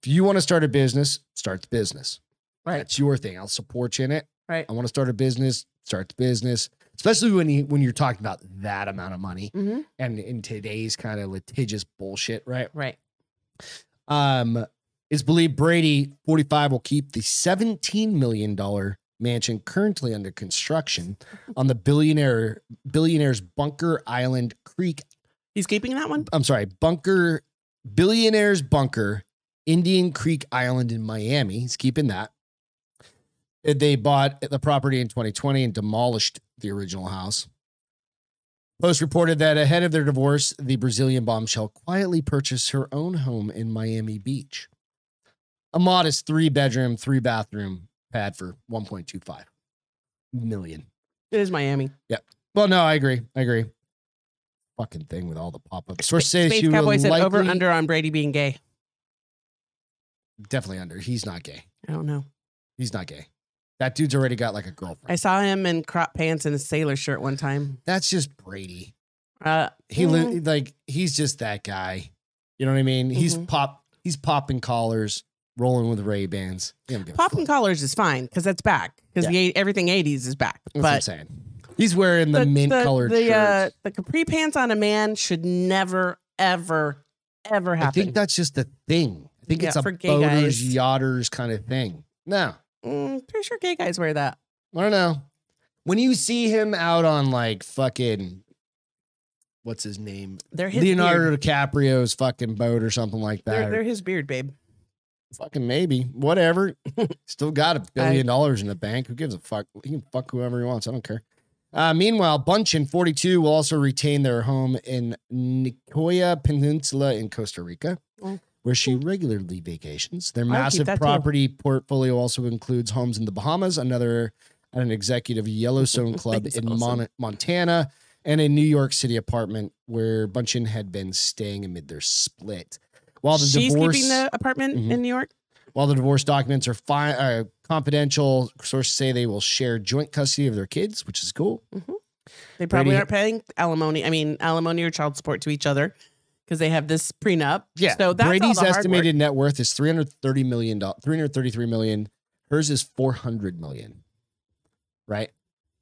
if you want to start a business, start the business. Right. That's your thing. I'll support you in it. Right. I want to start a business, start the business. Especially when you when you're talking about that amount of money Mm-hmm. and in today's kind of litigious bullshit, right? Right. Um, it's believed Brady 45 will keep the $17 million mansion currently under construction on the billionaire billionaire's Bunker Island Creek. He's keeping that one. I'm sorry, Bunker Billionaire's Bunker, Indian Creek Island in Miami. He's keeping that. Uh, They bought the property in 2020 and demolished the original house. Post reported that ahead of their divorce, the Brazilian bombshell quietly purchased her own home in Miami Beach. A modest three bedroom, three bathroom pad for 1.25 million. It is Miami. Well, no, I agree. I agree. Fucking thing with all the pop ups. Source says Space she will Cowboy said likely, over under on Brady being gay. definitely under. He's not gay. I don't know. He's not gay. That dude's already got like a girlfriend. I saw him in crop pants and a sailor shirt one time. That's just Brady. Uh, He mm, li- like he's just that guy. You know what I mean? He's Mhm. pop. He's popping collars, rolling with Ray Bans. popping collars is fine because that's back because Yeah. the eight, everything eighties is back. That's what I'm but saying. He's wearing the, mint colored the, shirt. uh, the capri pants on a man should never, ever, ever happen. I think that's just the thing. I think Yeah, it's a for gay boaters, guys. yachters kind of thing. No, Mm, pretty sure gay guys wear that. I don't know. When you see him out on like fucking, what's his name? They're his Leonardo Beard. DiCaprio's fucking boat or something like that. They're, they're his beard, babe. fucking maybe, whatever. Still got a billion dollars in the bank. Who gives a fuck? He can fuck whoever he wants. I don't care. Uh, meanwhile, Bunch and 42 will also retain their home in Nicoya Peninsula in Costa Rica, Mm. where she regularly vacations. Their keep massive that too. property portfolio also includes homes in the Bahamas, another at an executive Yellowstone Club That's in awesome. Mon- Montana, and a New York City apartment where Bunchin had been staying amid their split. While the She's divorce, keeping the apartment Mhm. in New York. while the divorce documents are fi- uh, confidential, sources say they will share joint custody of their kids, which is cool. They probably Brady- aren't paying alimony. I mean, alimony or child support to each other because they have this prenup. So that's all Brady's the hard work. estimated net worth is three hundred thirty million dollars, three hundred thirty-three million. Hers is four hundred million. Right.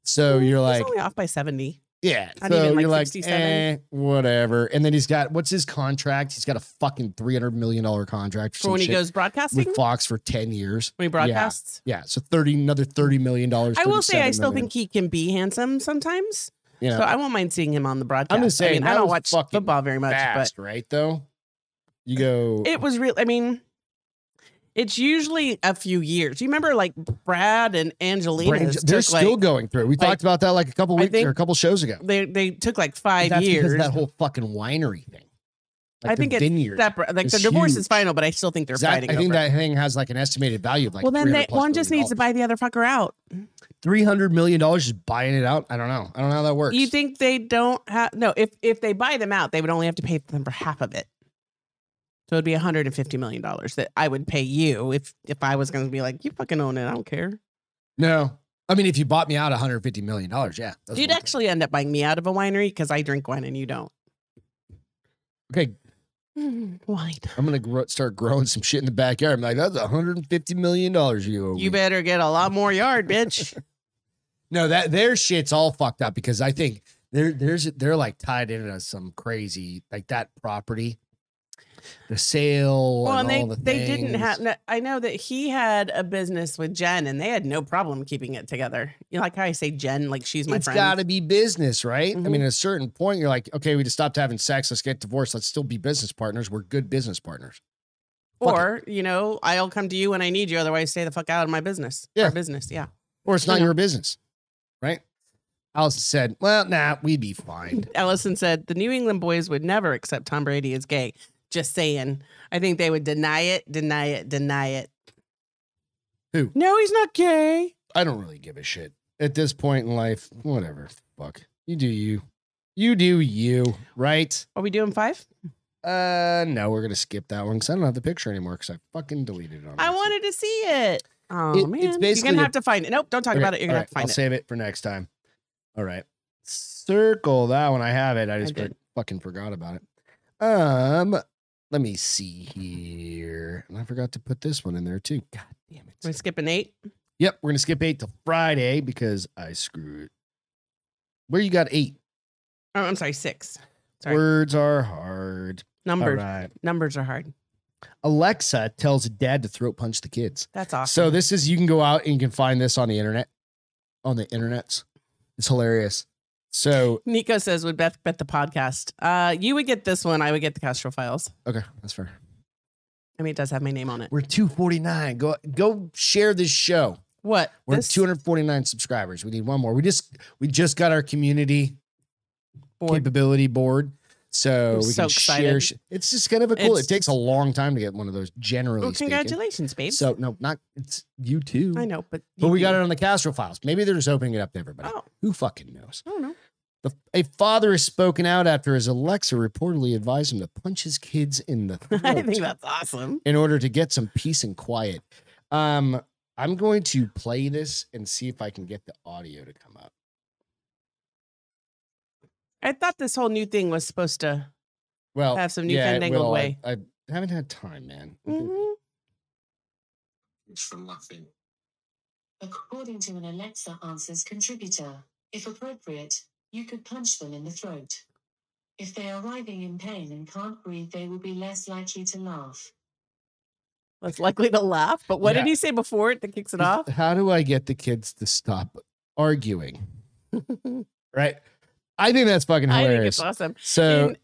So Mm, you're he's like, only off by seventy. yeah. not So even, like, you're like, 67. eh, whatever. And then he's got what's his contract? He's got a fucking three hundred million dollar contract For when he some shit goes broadcasting, with Fox for ten years. when he broadcasts. Yeah. So thirty, another thirty million dollars. I will say I $37 still million, think he can be handsome sometimes. you know. So I won't mind seeing him on the broadcast. just saying, I mean, that I don't was watch fucking football very much, fast, right? Though you go, but it was real. I mean, it's usually a few years. You remember like Brad and Angelina? Brain- they're still going through. We like- talked about that like a couple I weeks think- or a couple shows ago. they they took like five That's because years. of that whole fucking winery thing. I think it's vineyard. Separate, like the is divorce huge. is final, but I still think they're Exact- fighting. I think over it. that thing has like an estimated value of like. well, then they, one just needs to buy the other fucker out. three hundred million dollars just buying it out. I don't know. I don't know how that works. You think they don't have no? If if they buy them out, they would only have to pay them for half of it. So it'd be one hundred and fifty million dollars that I would pay you if if I was going to be like you fucking own it. I don't care. no, I mean if you bought me out one hundred fifty million dollars, yeah, that's You'd one thing. actually end up buying me out of a winery because I drink wine and you don't. Okay, Wine. I'm gonna grow, start growing some shit in the backyard. I'm like, that's one hundred fifty million dollars you owe me. You better get a lot more yard, bitch. No, that their shit's all fucked up because I think they're there's they're like tied into some crazy like that property, the sale. well, and and, they, all the they didn't things. have. no, I know that he had a business with Jen, and they had no problem keeping it together. You know, like how I say Jen, like she's my It's friend. got to be business, right? I Mhm. mean, at a certain point, you're like, okay, we just stopped having sex. Let's get divorced. Let's still be business partners. We're good business partners. fuck it. or you know, I'll come to you when I need you. Otherwise, stay the fuck out of my business. Yeah. Our business. Yeah. Or it's not Yeah. your business, right? Allison said, "Well, nah, we'd be fine." Ellison said the New England boys would never accept Tom Brady as gay. Just saying. I think they would deny it, deny it, deny it. Who? No, he's not gay. I don't really give a shit at this point in life. Whatever, fuck. You do you. You do you, right? Are we doing five? Uh, no, we're gonna skip that one because I don't have the picture anymore because I fucking deleted it. On I accident. wanted to see it. Oh It- it's man, you're basically gonna a- have to find it. Nope, don't talk Okay, about it. You're gonna all have to find I'll it. save it for next time. All right, circle that one. I have it. I just for- did. fucking forgot about it. Um, let me see here, and I forgot to put this one in there too. God damn it! We're skipping eight. Yep, we're gonna skip eight till Friday because I screwed. Where you got eight? Oh, I'm sorry, six. Sorry. Words are hard. Numbers. All right. Numbers are hard. Alexa tells dad to throat punch the kids. That's awesome. So this is you can go out and you can find this on the internet. On the internets. It's hilarious. So Nico says, "Would Beth bet the podcast? Uh, you would get this one. I would get the Castro Files. okay, that's fair. I mean, it does have my name on it. We're 249. Go go share this show. What? We're This 249 subscribers. We need one more. We just we just got our community board. capability board. So I'm we so can share. excited. sh- It's just kind of a cool. It's- it takes a long time to get one of those. Generally Well, speaking. congratulations, babe. So no, not it's you too. I know, but But you we got do. it on the Castro files. Maybe they're just opening it up to everybody. Oh, Who fucking knows? I don't know. The, a father has spoken out after his Alexa reportedly advised him to punch his kids in the throat I think that's awesome. in order to get some peace and quiet. Um, I'm going to play this and see if I can get the audio to come up. I thought this whole new thing was supposed to. Well, Have some newfangled well, I- way. I, haven't had time, man. Mhm. from nothing. According to an Alexa Answers contributor, if appropriate, you could punch them in the throat. If they are writhing in pain and can't breathe, they will be less likely to laugh. Less likely to laugh. But what Yeah. did he say before it that kicks it off? How do I get the kids to stop arguing? right? I think that's fucking I think hilarious. it's awesome. so And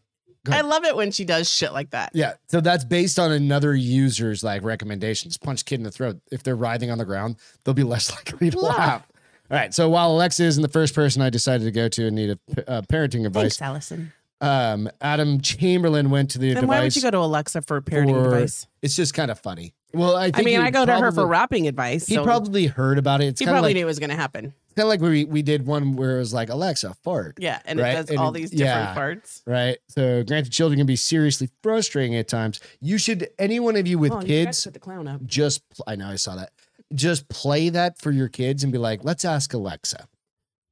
go I ahead. love it when she does shit like that. yeah, so that's based on another user's like recommendations. Punch kid in the throat. If they're writhing on the ground, they'll be less likely to Laugh. laugh. All right. So while Alexa isn't the first person I decided to go to in need of uh, parenting advice, Thanks, Allison. um, Adam Chamberlain went to the Then device. why would you go to Alexa for parenting for- advice? It's just kind of funny. Well, I, think I mean, he I go to her for probably- rapping advice. He so probably heard about it. It's he kind of probably like knew it was going to happen. kind of like we we did one where it was like Alexa fart, Yeah, and Right? it does And all it- these yeah. different parts. right? So granted, children can be seriously frustrating at times. You should any one of you with Oh, and you forgot to kids put the clown up. just pl- I know I saw that. Just play that for your kids and be like, let's ask Alexa,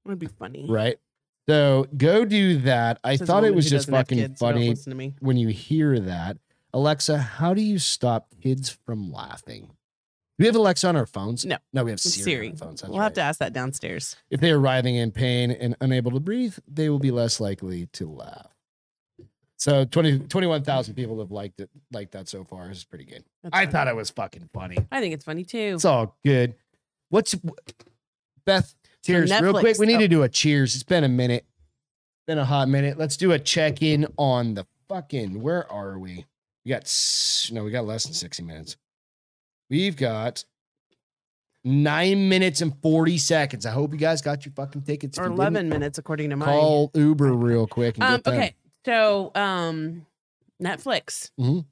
Would be funny. right? So go do that. Mm-hmm. I Says a thought it woman was who just doesn't have fucking kids, so don't funny Listen to me. when you hear that. Alexa, how do you stop kids from laughing? Do we have Alexa on our phones? No. No, we have Siri, Siri. on our phones. that's We'll have right. to ask that downstairs. If they are writhing in pain and unable to breathe, they will be less likely to laugh. So 20, 21,000 people have liked it, like that so far. It's pretty good. That's I funny. thought it was fucking funny. I think it's funny too. It's all good. What's Beth? Cheers, real Netflix- quick. We need oh. to do a cheers. It's been a minute, been a hot minute. Let's do a check in on the fucking. Where are we? We got s- no. We got less than sixty minutes. We've got nine minutes and forty seconds. I hope you guys got your fucking tickets. If or you didn't, 11 minutes according to mine. Call Uber real quick. And um, get them. okay. So, um Netflix. Mhm.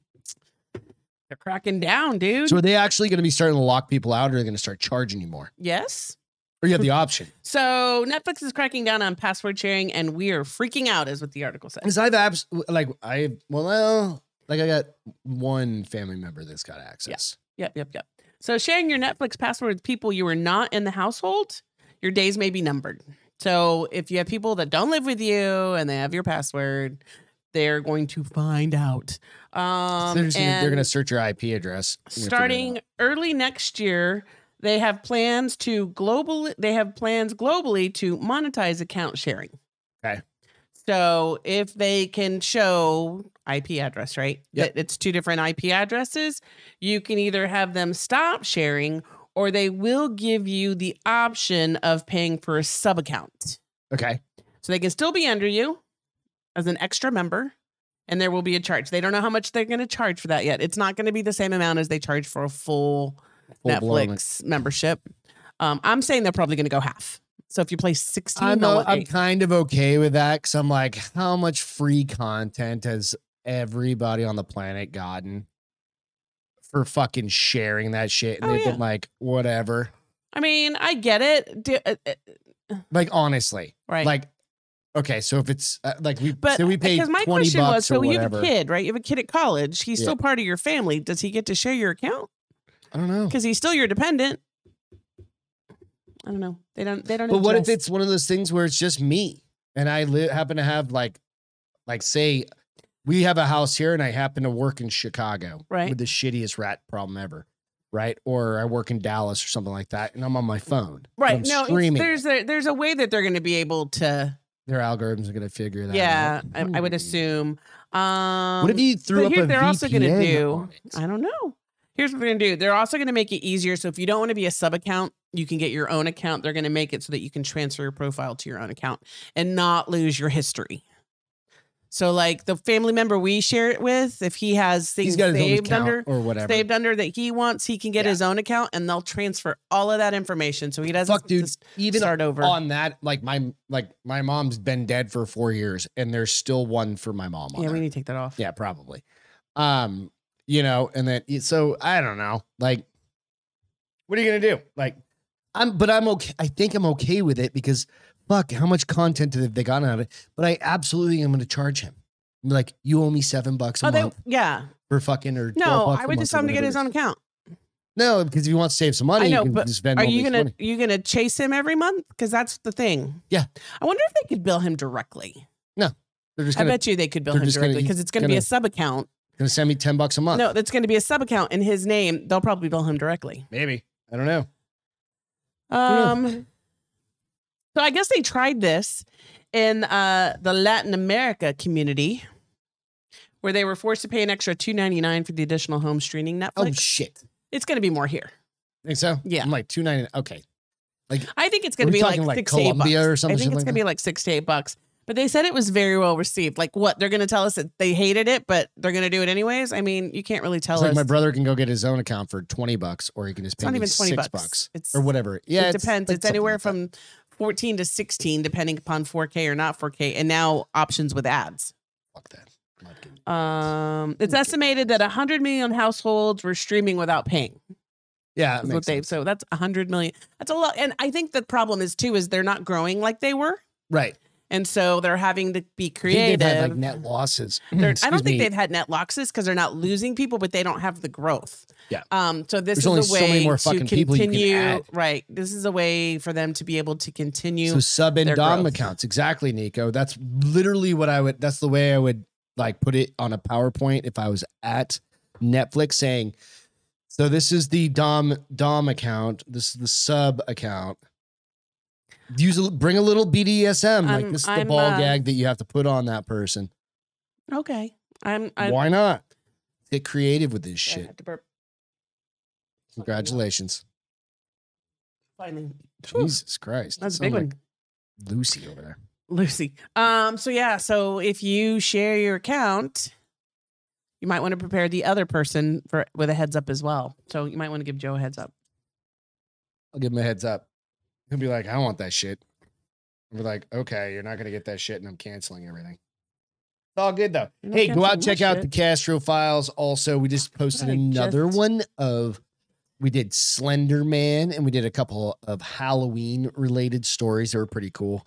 They're cracking down, dude. So are they actually going to be starting to lock people out, or are they going to start charging you more? yes. Or you have the option. So, Netflix is cracking down on password sharing and we are freaking out is what the article says. Because I've abs like I well, well like I got one family member that's got access. Yep, yep, yep. So, sharing your Netflix password with people you are not in the household, your days may be numbered. So, if you have people that don't live with you and they have your password, they're going to find out. Um, So they're, just gonna- they're and- gonna search your IP address. and you're gonna figure starting it early next year they have plans to global they have plans globally to monetize account sharing Okay. so if they can show ip address right Yep. that it's two different ip addresses you can either have them stop sharing or they will give you the option of paying for a sub account out. Okay. so they can still be under you as an extra member, and there will be a charge. They don't know how much they're going to charge for that yet. It's not going to be the same amount as they charge for a full, Full-blown- Netflix membership. Um, I'm saying they're probably going to go half. So if you play 16, I'm, they'll o- let I'm eight. kind of okay with that because I'm like, how much free content has everybody on the planet gotten for fucking sharing that shit? And Oh, they've yeah. been like, whatever. I mean, I get it, Do- uh, uh, Like honestly, right? like okay, so if it's uh, like we but so we paid because my twenty question bucks was, or so you have whatever. a kid, right? You have a kid at college. He's Yeah. still part of your family. Does he get to share your account I don't know. because he's still your dependent? I don't know. They don't. They don't. But what if address- it's one of those things where it's just me and I li- happen to have like, like say, we have a house here and I happen to work in Chicago Right. with the shittiest rat problem ever, right? Or I work in Dallas or something like that, and I'm on my phone, and right? I'm no, it's- screaming. there's a there's a way that they're going to be able to. Their algorithms are gonna figure that. yeah, out. I, I would Hmm. assume. Um, what if you threw but up here- a they're VPN also gonna do- uh, on it? I don't know. Here's what they're going to do. They're also going to make it easier. So if you don't want to be a sub account, you can get your own account. They're going to make it so that you can transfer your profile to your own account and not lose your history. So like the family member we share it with, if he has things He's got his own saved account under or whatever. saved under that he wants, he can get Yeah. his own account and they'll transfer all of that information so he doesn't Fuck, dude. just Even start over. on that, like my like my mom's been dead for four years, and there's still one for my mom. On yeah, there. we need to take that off. Yeah, probably. Um, you know, and then so I don't know. Like, what are you gonna do? Like, I'm, but I'm okay. I think I'm okay with it because fuck, how much content have they gotten out of it? But I absolutely am going to charge him. I'm like, you owe me seven bucks a Oh, they, month yeah. for fucking or No, 12 bucks I a would month just or tell him to get whatever his it own is. account. No, because if you want to save some money, I know, you can but just spend Are all you this gonna money. you gonna chase him every month? Because that's the thing. Yeah. I wonder if they could bill him directly. They're just I gonna, bet you they could bill they're him just gonna- directly he's because it's gonna, be gonna- a sub account. gonna send me ten bucks a month. No, that's gonna be a sub account in his name. They'll probably bill him directly. Maybe I don't know. Um. So I guess they tried this in uh, the Latin America community, where they were forced to pay an extra two ninety nine for the additional home streaming Oh Netflix. shit! it's going to be more here. Think so? Yeah. I'm like two ninety. Okay. I think it's going to Are we be like, talking, like, six to eight Colombia bucks. or I something, think shit it's like going to be like six to eight bucks. But they said it was very well received. Like what they're going to tell us that they hated it, but they're going to do it anyways. I mean, you can't really tell It's like us. my brother can go get his own account for twenty bucks, or he can just it's pay not me even twenty six bucks. bucks It's or whatever. Yeah, it depends. like it's something anywhere like that. from fourteen to sixteen, depending upon four K or not four K, and now options with ads. Fuck that. I'm not getting- Um, it's Okay. estimated that 100 million households were streaming without paying. Yeah, Is what they, sense. so that's 100 million. That's a lot. And I think the problem is too is they're not growing like they were, right. and so they're having to be I think creative. they've had like net losses. They're- I Excuse don't think me. they've had net losses because they're not losing people, but they don't have the growth. Yeah. Um. So this There's is only a so way many more to fucking continue. people you can add. Right. This is a way for them to be able to continue. so sub and their dom growth. accounts. Exactly, Nico. That's literally what I would. That's the way I would like put it on a PowerPoint if I was at Netflix saying, "So this is the dom dom account. This is the sub account." Use a, bring a little BDSM like I'm- this is the I'm, ball uh, gag that you have to put on that person. okay. I'm. I, Why not get creative with this I shit? had to burp. Congratulations, Finally. Whew. Jesus Christ! That's a Sound big like one. Lucy over there. Lucy. Um, so yeah, so if you share your account, you might want to prepare the other person for with a heads up as well. So you might want to give Joe a heads up. I'll give him a heads up. He'll be like, I want that shit. I'll be like, okay, you're not gonna get that shit, and I'm canceling everything. It's all good though. You're not Hey, go out canceling check my out shit. the Castro files. Also, we just posted I another just- one of we did Slender Man and we did a couple of Halloween related stories that were pretty cool.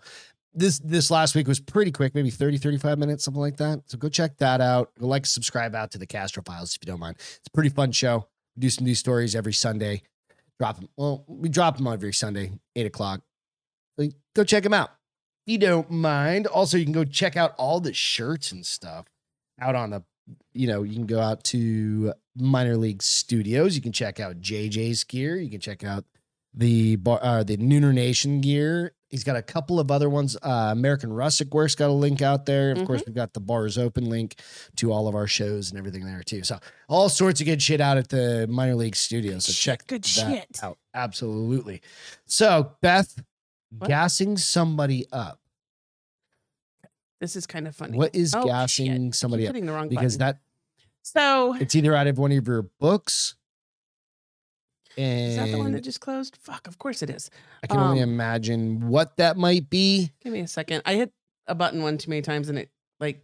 This this last week was pretty quick, maybe 30, 35 minutes, something like that. So go check that out. Go like subscribe out to the Castro files if you don't mind. It's a pretty fun show. We do some new stories every Sunday. Drop them. Well, we drop them every Sunday, eight o'clock. Like, go check them out. If you don't mind. Also, you can go check out all the shirts and stuff out on the, you know, you can go out to minor league studios. You can check out JJ's gear. You can check out the bar, uh, the Nooner Nation gear. He's got a couple of other ones. Uh, American Rustic Works got a link out there. Of course, we've got the bars open link to all of our shows and everything there too. So all sorts of good shit out at the minor league studios. So Good check shit, good that shit. out. Absolutely. So Beth, What? gassing somebody up. This is kind of funny. What is Oh, shit. gassing I'm somebody up? hitting the wrong Because button. that so it's either out of one of your books. is that the one that And just closed? Fuck, of course it is. I can only um, imagine what that might be. Give me a second. I hit a button one too many times and it like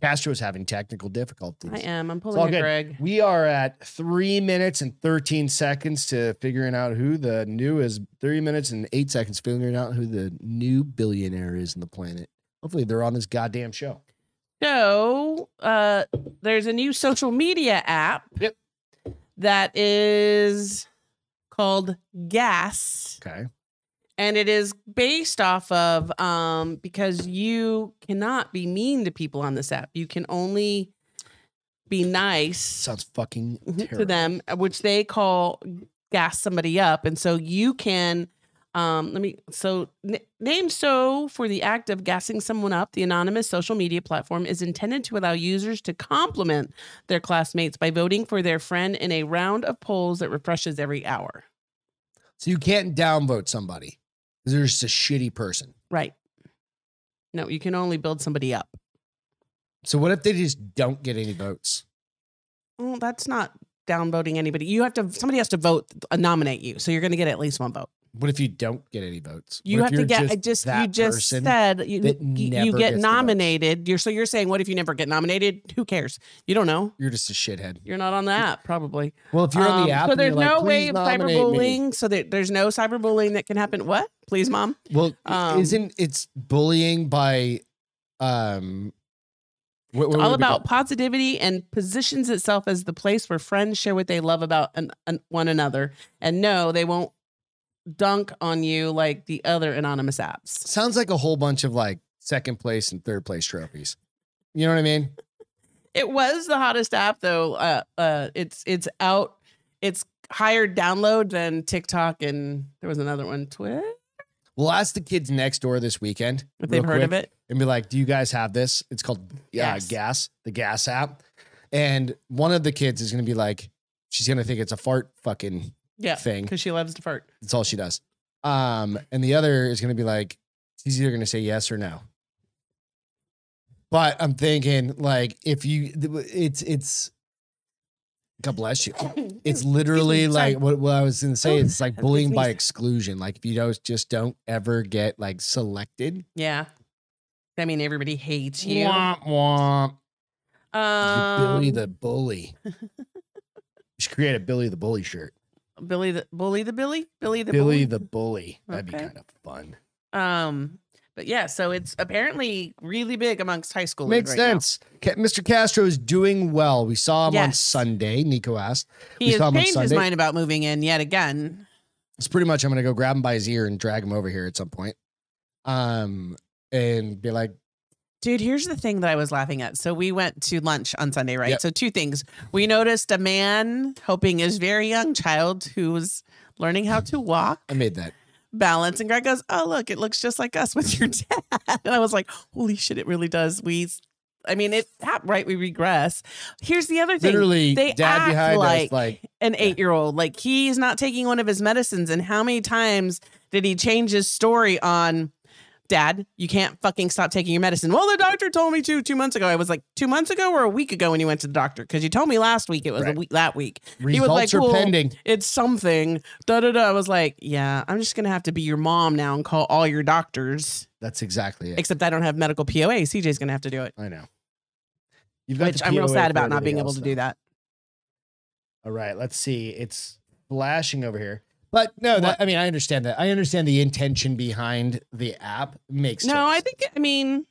Castro's having technical difficulties. I am. I'm all pulling a good. Greg. We are at three minutes and 13 seconds to figuring out who the new is. Three minutes and eight seconds figuring out who the new billionaire is on the planet. Hopefully, they're on this goddamn show. So uh, there's a new social media app Yep. that is called Gas. Okay. and it is based off of um because you cannot be mean to people on this app you can only be nice Sounds fucking terrible. Mm-hmm, to them uh, which they call gas somebody up and so you can um let me so n- name so for the act of gassing someone up the anonymous social media platform is intended to allow users to compliment their classmates by voting for their friend in a round of polls that refreshes every hour So you can't downvote somebody because they're just a shitty person. right no you can only build somebody up So what if they just don't get any votes? Well, that's not downvoting anybody. You have to somebody has to vote uh, nominate you. So you're going to get at least one vote. What if you don't get any votes? You What if have to you're get I just just you that just person? said you, that you- you never gets get the votes. nominated. You're so you're saying what if you never get nominated? Who cares? You don't know. You're just a shithead. You're not on the app probably. Well, if you're on the Um, app, so and you're there's like, no "Please way of nominate me." cyberbullying. So there, there's no cyberbullying that can happen. What? Please, mom. Well, Um, isn't it's bullying by, um, what, what All would it be about called? positivity and positions itself as the place where friends share what they love about an, an, one another. And no, they won't dunk on you like the other anonymous apps. sounds like a whole bunch of like second place and third place trophies. You know what I mean? It was the hottest app though. Uh, uh, it's it's out. It's higher download than TikTok and there was another one, Twitter. We'll ask the kids next door this weekend If they've real heard of quick, it, and be like, "Do you guys have this? It's called yeah, Yes. gas, the gas app." And one of the kids is gonna be like, she's gonna think it's a fart fucking yeah, thing. because she loves to fart. That's all she does. Um, and the other is gonna be like, she's either gonna say yes or no. But I'm thinking, like, if you, it's it's. God bless you. It's literally sorry. like what, what I was gonna say. Oh, It's like I bullying by sneezed. exclusion. Like if you don't just don't ever get like selected, yeah. I mean, everybody hates you. womp womp. Um, Billy the Bully. you should create a Billy the Bully shirt. Um, Billy the bully the Billy Billy the Billy bully. the Bully. That'd be Okay. kind of fun. um but yeah so it's apparently really big amongst high school Makes sense. Ca- Mr. Castro is doing well. We saw him on Yes. Sunday. Nico asked. We he has saw him on changed his Sunday. mind about moving in yet again It's pretty much I'm gonna go grab him by his ear and drag him over here at some point. Um and be like, dude here's the thing that i was laughing at so we went to lunch on sunday right Yep. so two things we noticed a man helping his very young child who was learning how to walk I made that. balance and greg goes oh look it looks just like us with your dad and i was like holy shit it really does we i mean it hap- right we regress here's the other thing Literally they dad act behind us like- like an eight year old. Like he's not taking one of his medicines. And how many times did he change his story on dad, you can't fucking stop taking your medicine? Well, the doctor told me to two months ago. I was like, two months ago or a week ago when you went to the doctor? Because you told me last week it was Right. a week that week. was results like, are "Well, pending. It's something. Da da da. I was like, yeah, I'm just gonna have to be your mom now and call all your doctors. That's exactly it. Except I don't have medical POA. CJ's gonna have to do it. I know. You've Which the I'm real POA sad for about not being everything able else, to though. do that. All right, let's see. It's flashing over here. But no, that, What? I mean, I understand that. I understand the intention behind the app makes No, I sense. think I mean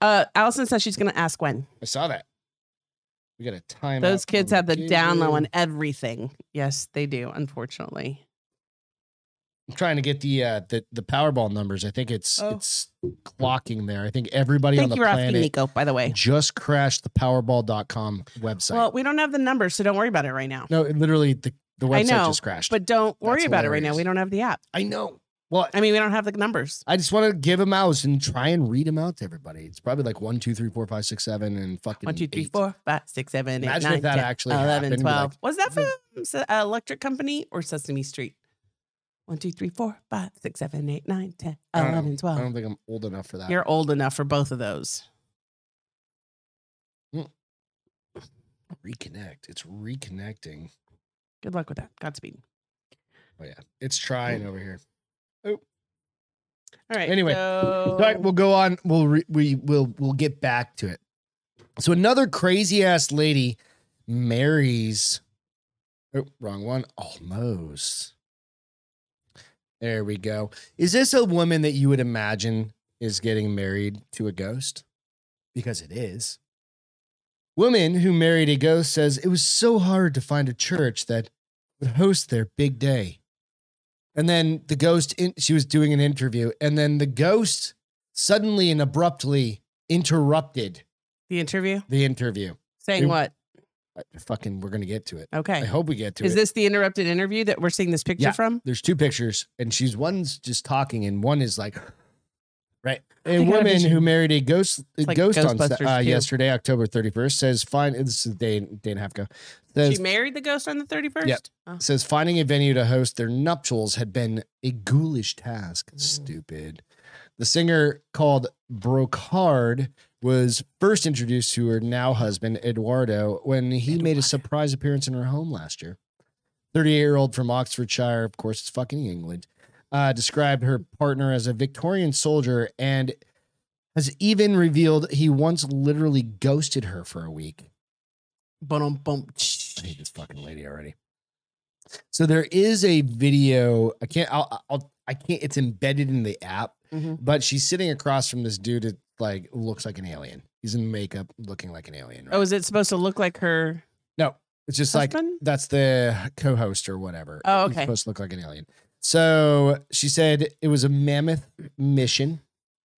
uh Allison says she's gonna ask when. I saw that. We got a time. Those kids have the down low on everything. Yes, they do, unfortunately. I'm trying to get the uh, the the Powerball numbers. I think it's Oh. it's clocking there. I think everybody on Thank the you for asking, planet Nico, by the way. just crashed the Powerball.com website. Well, we don't have the numbers, so don't worry about it right now. no, it literally the the I website know, just crashed. But don't worry That's about it right now. hilarious. We don't have the app. I know. Well, I mean, we don't have the numbers. I just want to give them out and try and read them out to everybody. It's probably like one, two, three, four, five, six, seven, and fucking One, two, three, eight. four, five, six, seven, eight, Imagine nine, if that 10, actually 11, happened, be 12. like, mm. Was that from Se- uh, Electric Company or Sesame Street? One, two, three, four, five, six, seven, eight, nine, 10, I don't know. 11, I 12. don't think I'm old enough for that. You're old enough for both of those. Reconnect. It's reconnecting. Good luck with that. Godspeed. Oh yeah, it's trying over here. All right. Anyway. so- All right, we'll go on. We'll re- we will we'll get back to it. So another crazy ass lady marries. Oh, wrong one. Almost. There we go. Is this a woman that you would imagine is getting married to a ghost? Because it is. Woman who married a ghost says it was so hard to find a church that would host their big day. And then the ghost, in, she was doing an interview, and then the ghost suddenly and abruptly interrupted the interview. the interview. Saying It- what? I- fucking, we're gonna get to it. Okay. I hope we get to Is it. this the interrupted interview that we're seeing this picture Yeah. from? There's two pictures, and she's one's just talking, and one is like, right. I A got a woman vision. who married a ghost, a like ghost on Sa- Ghostbusters uh, too. yesterday, October 31st, says find this is a day, day and a half ago. Says, She married the ghost on the 31st? Yep. Oh. says finding a venue to host their nuptials had been a ghoulish task. Stupid. The singer called Brocard was first introduced to her now husband Eduardo when he made a Eduardo. surprise appearance in her home last year. 38 year old from Oxfordshire, of course, it's fucking England, uh, described her partner as a Victorian soldier and has even revealed he once literally ghosted her for a week. Bum bum. I hate this fucking lady already. So there is a video. I can't. I'll. I'll I can't. It's embedded in the app, Mhm. but she's sitting across from this dude. That like looks like an alien. He's in makeup, looking like an alien. Right? Oh, is it supposed to look like her it's just like husband? that's the co-host or whatever. Oh, He's okay. supposed to look like an alien. So she said it was a mammoth mission.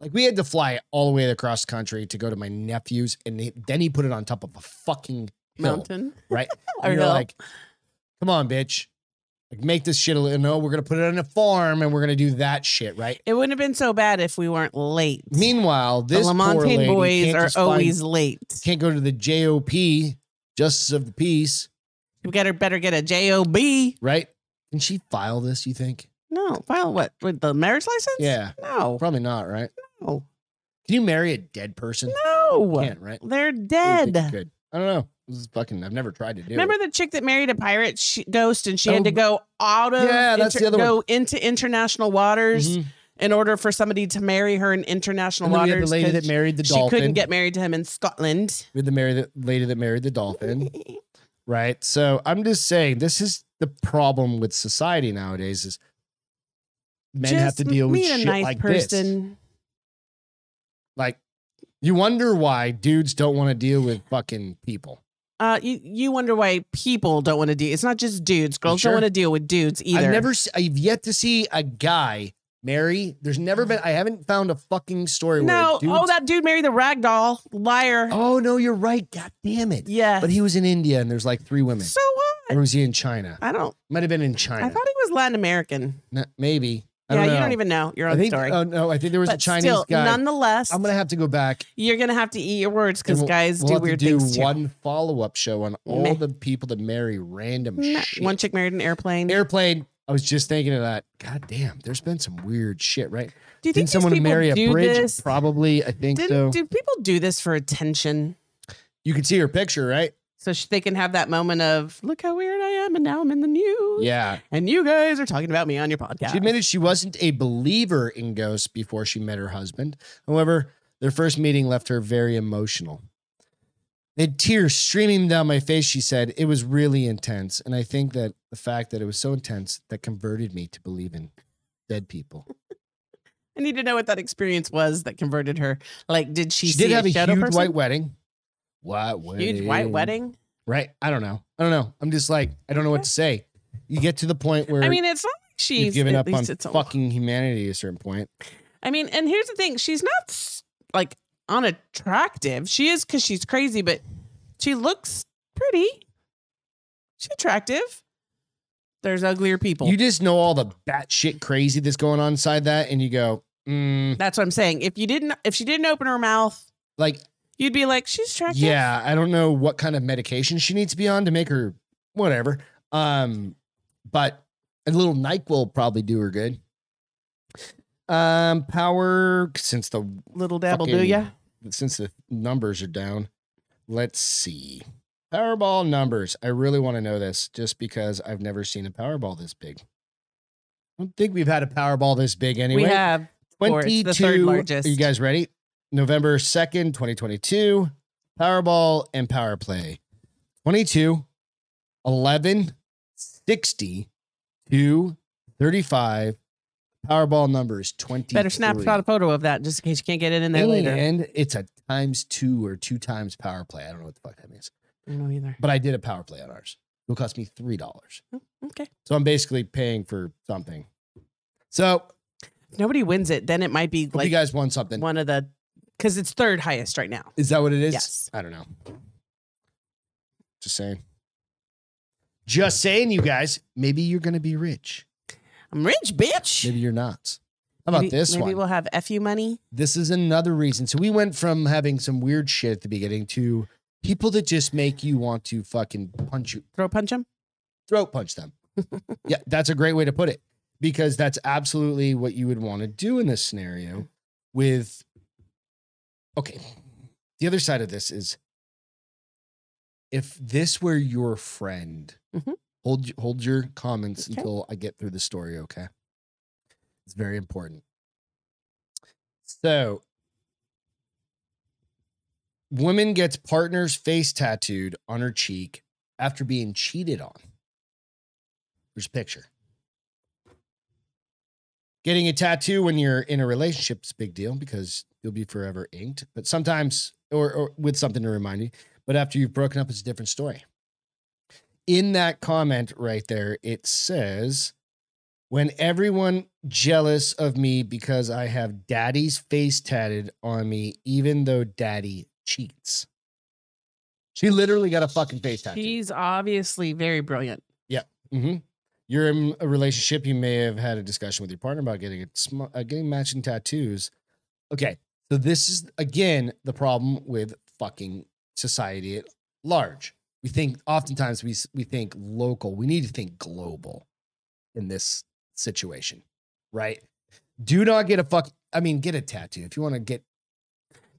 Like we had to fly all the way across the country to go to my nephew's, and he, then he put it on top of a fucking hill, Mountain right? or And you're hill? like, come on, bitch. Like, make this shit a little. No, we're gonna put it on a farm, and we're gonna do that shit, right? it wouldn't have been so bad if we weren't late. Meanwhile, the this poor Lamontagne lady boys can't are just find- always late. can't go to the JOP, Justice of the Peace, We gotta better get a job. right? Can she file this? You think? No, file what with the marriage license? Yeah, No. probably not, right? No. Can you marry a dead person? No. You can't, right? They're I would dead. think you could. I don't know. This is fucking. I've never tried to do. Remember it. the chick that married a pirate she, ghost, and she Oh, had to go out of yeah, that's the other one. go into international waters Mhm. in order for somebody to marry her in international And then we had waters. the lady 'cause that married the she dolphin. couldn't get married to him in Scotland. We had the married the lady that married the dolphin. right? So I'm just saying this is the problem with society nowadays is men have Just to deal with meet a shit nice like this. person. Like you wonder why dudes don't want to deal with fucking people. Uh, you you wonder why people don't want to deal. It's not just dudes. Girls sure? don't want to deal with dudes either. I've never se- I've yet to see a guy marry. There's never been I haven't found a fucking story No. where a Oh, dude's- that dude married the rag doll. Liar. Oh no, you're right. God damn it. yeah. But he was in India and there's like three women. so what? Or was he in China? I don't. Might have been in I China. thought he was Latin American. No, maybe. I Yeah, don't know. you don't even know your I own think, story. Oh no, I think there was a but Chinese still, guy. nonetheless, I'm gonna have to go back you're gonna have to eat your words And because guys we'll do weird have to do things one follow-up show on all Meh. the people that marry random too. Ma- shit. One chick married an airplane. airplane. I was just thinking of that. God damn, there's been some weird shit, right? do you think Didn't these someone people marry a do bridge? this? Probably. I think Didn't, so. Do people do this for attention? you can see her picture, right? So sh- they can have that moment of look how weird I am, and now I'm in the news, Yeah. and you guys are talking about me on your podcast. She admitted she wasn't a believer in ghosts before she met her husband. However, their first meeting left her very emotional. They had tears streaming down my face, she said. It was really intense. And I think that the fact that it was so intense that converted me to believe in dead people. I need to know what that experience was that converted her. Like, did she, She, see did have a shadow huge person? white wedding. White wedding. huge white wedding? Right. I don't know. I don't know. I'm just like, I don't know what to say. You get to the point where I mean, it's not like she's you've given at up on least it's a- fucking humanity at a certain point. I mean, and here's the thing: she's not s- like unattractive. She is because she's crazy, but she looks pretty. She's attractive. There's uglier people. You just know all the batshit crazy that's going on inside that, and you go, mm, That's what I'm saying. If you didn't, if she didn't open her mouth, like, you'd be like, she's attractive. yeah, I don't know what kind of medication she needs to be on to make her whatever. Um, but a little Nyquil will probably do her good. Um, power since the little dabble, do fucking- ya? since the numbers are down, let's see. Powerball numbers. I really want to know this just because I've never seen a Powerball this big. I don't think we've had a Powerball this big anyway. we have Or it's 22. the third largest. Are you guys ready? November 2nd, 2022. Powerball and Power Play. 22, 11, 60, 2, 35. Powerball numbers 20. better snapshot a photo of that just in case you can't get it in there later. And it's a times two or two times power play. I don't know what the fuck that means. I don't know either. But I did a power play on ours. It'll cost me $3. Okay. So I'm basically paying for something. So If nobody wins it, then it might be hope like you guys won something. one of the because it's third highest right now. Is that what it is? Yes. I don't know. Just saying. Just saying, you guys. Maybe you're going to be rich. I'm rich, bitch. Maybe you're not. How about Maybe- this maybe one? we'll have fu money. this is another reason. So we went from having some weird shit at the beginning to people that just make you want to fucking punch you, Throw punch him. throat punch them. yeah, that's a great way to put it because that's absolutely what you would want to do in this scenario with Okay. The other side of this is if this were your friend, Mhm. hold hold your comments Okay. until I get through the story, okay? It's very important. So, woman gets partner's face tattooed on her cheek after being cheated on. There's a picture. Getting a tattoo when you're in a relationship is a big deal because you'll be forever inked. But sometimes, or, or with something to remind you, but after you've broken up, it's a different story. In that comment right there, it says, when everyone jealous of me because I have daddy's face tatted on me, even though daddy cheats. She literally got a fucking face tattoo. She's obviously very brilliant. hmm You're in a relationship. You may have had a discussion with your partner about getting a sm- uh, getting matching tattoos. Okay, so this is again the problem with fucking society at large. We think oftentimes we s- we think local. We need to think global in this situation, right? Do not get a fuck. I mean, get a tattoo if you want to get.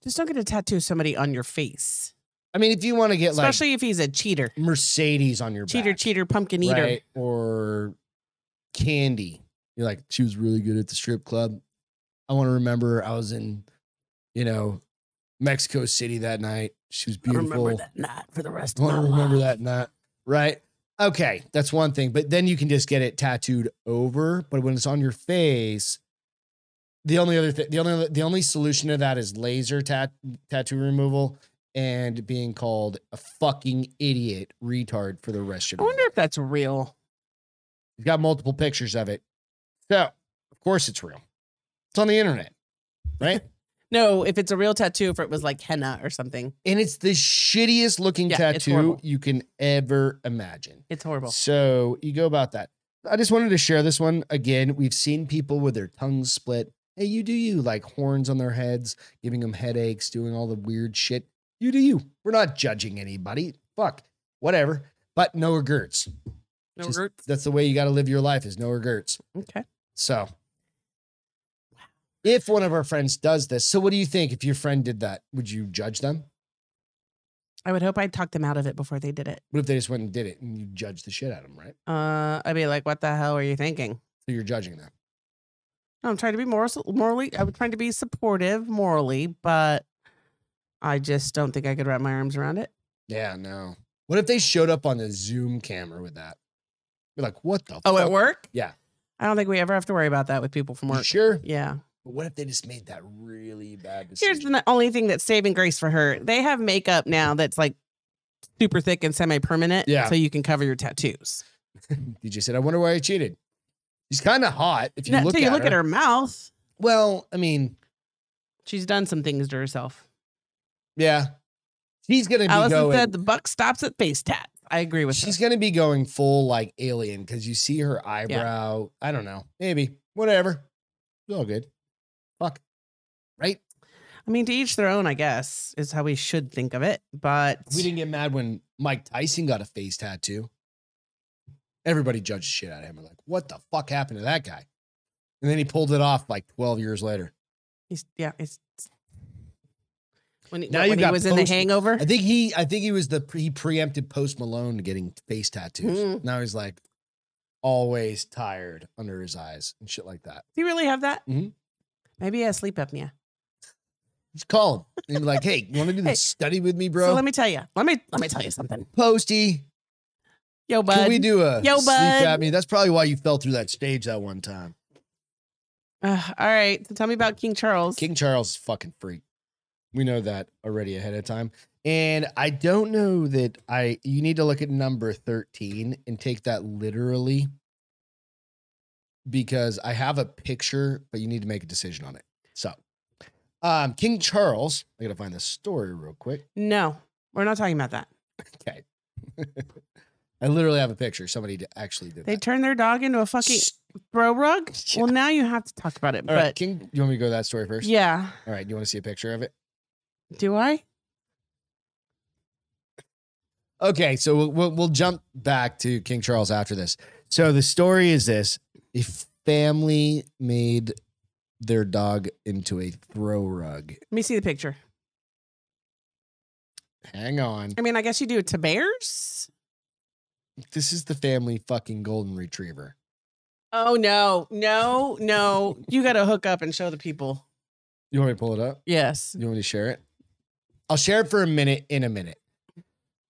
Just don't get to tattoo somebody on your face, I mean, if you want to get especially if he's a cheater, like Mercedes on your cheater, back. cheater, pumpkin eater. right? or candy. You're like, she was really good at the strip club. I want to remember I was in, you know, Mexico City that night. She was I beautiful. remember that night for the rest I of want my to remember life. that night, right? Okay, that's one thing. But then you can just get it tattooed over. But when it's on your face, the only other thing, the only the only solution to that is laser tat- tattoo removal and being called a fucking idiot retard for the rest of I your life. wonder if that's real. He's got multiple pictures of it. So, of course, it's real. It's on the internet, right? No, if it's a real tattoo, if it was like henna or something, and it's the shittiest looking Yeah, it's tattoo horrible. you can ever imagine. it's horrible. So, you go about that. I just wanted to share this one again. We've seen people with their tongues split. Hey, you do you, like horns on their heads, giving them headaches, doing all the weird shit. You do you. We're not judging anybody. Fuck, whatever. But no regrets. No Just- roots. That's the way you got to live your life is no regrets. Okay. So, if one of our friends does this, so what do you think? If your friend did that, would you judge them? I would hope I talked them out of it before they did it. What if they just went and did it and you judge the shit out of them, right? Uh, I'd be like, what the hell are you thinking? So you're judging them. I'm trying to be moral, morally. I'm trying to be supportive morally, but I just don't think I could wrap my arms around it. Yeah, no. What if they showed up on the Zoom camera with that? You're like, what the? Oh, fuck? at work? Yeah. I don't think we ever have to worry about that with people from You work. sure. Yeah. But what if they just made that really bad decision? Here's the n- only thing that's saving grace for her. They have makeup now that's like super thick and semi permanent. Yeah. So you can cover your tattoos. DJ said, "I wonder why I cheated." She's kind of hot. If you Not look, until you at, look her, at her mouth. Well, I mean, She's done some things to herself. yeah, she's gonna be Allison going. said the buck stops at face tat. I agree with She's her. gonna be going full like alien because you see her eyebrow. I don't know, maybe whatever. It's all good. Fuck, right? I mean, to each their own, I guess, is how we should think of it. But We didn't get mad when Mike Tyson got a face tattoo. Everybody judged the shit out of him. We're like, what the fuck happened to that guy? And then he pulled it off like 12 years later. he's, yeah, it's when he, Now when you've he got was in the post- hangover. I think he, I think he was the he preempted Post Malone to getting face tattoos. Hmm. Now he's like always tired under his eyes and shit like that. Do you really have that? Mhm. Maybe he has sleep apnea. Just call him and be like, hey, you want to do this Hey, study with me, bro? So let me tell you. Let me let me tell you something. Posty, Yo, bud. can we do a Yo, sleep bud. apnea? That's probably why you fell through that stage that one time. Ugh, all right. So tell me about King Charles. King Charles is a fucking freak. We know that already ahead of time. And I don't know that I you need to look at number 13 and take that literally because I have a picture, but you need to make a decision on it. So um King Charles, I gotta find the story real quick. no, we're not talking about that. Okay. I literally have a picture. Somebody d- actually did They that. turned their dog into a fucking Shh. throw rug. Yeah. Well, now you have to talk about it. All But right, King, you want me to go to that story first? yeah, All right, you want to see a picture of it? do I? Okay, so we'll, we'll we'll jump back to King Charles after this. So the story is this: a family made their dog into a throw rug. Let me see the picture. Hang on, I mean, I guess you do to bears. this is the family fucking golden retriever. Oh no, no, no! You got to hook up and show the people. You want me to pull it up? Yes. You want me to share it? I'll share it for a minute in a minute.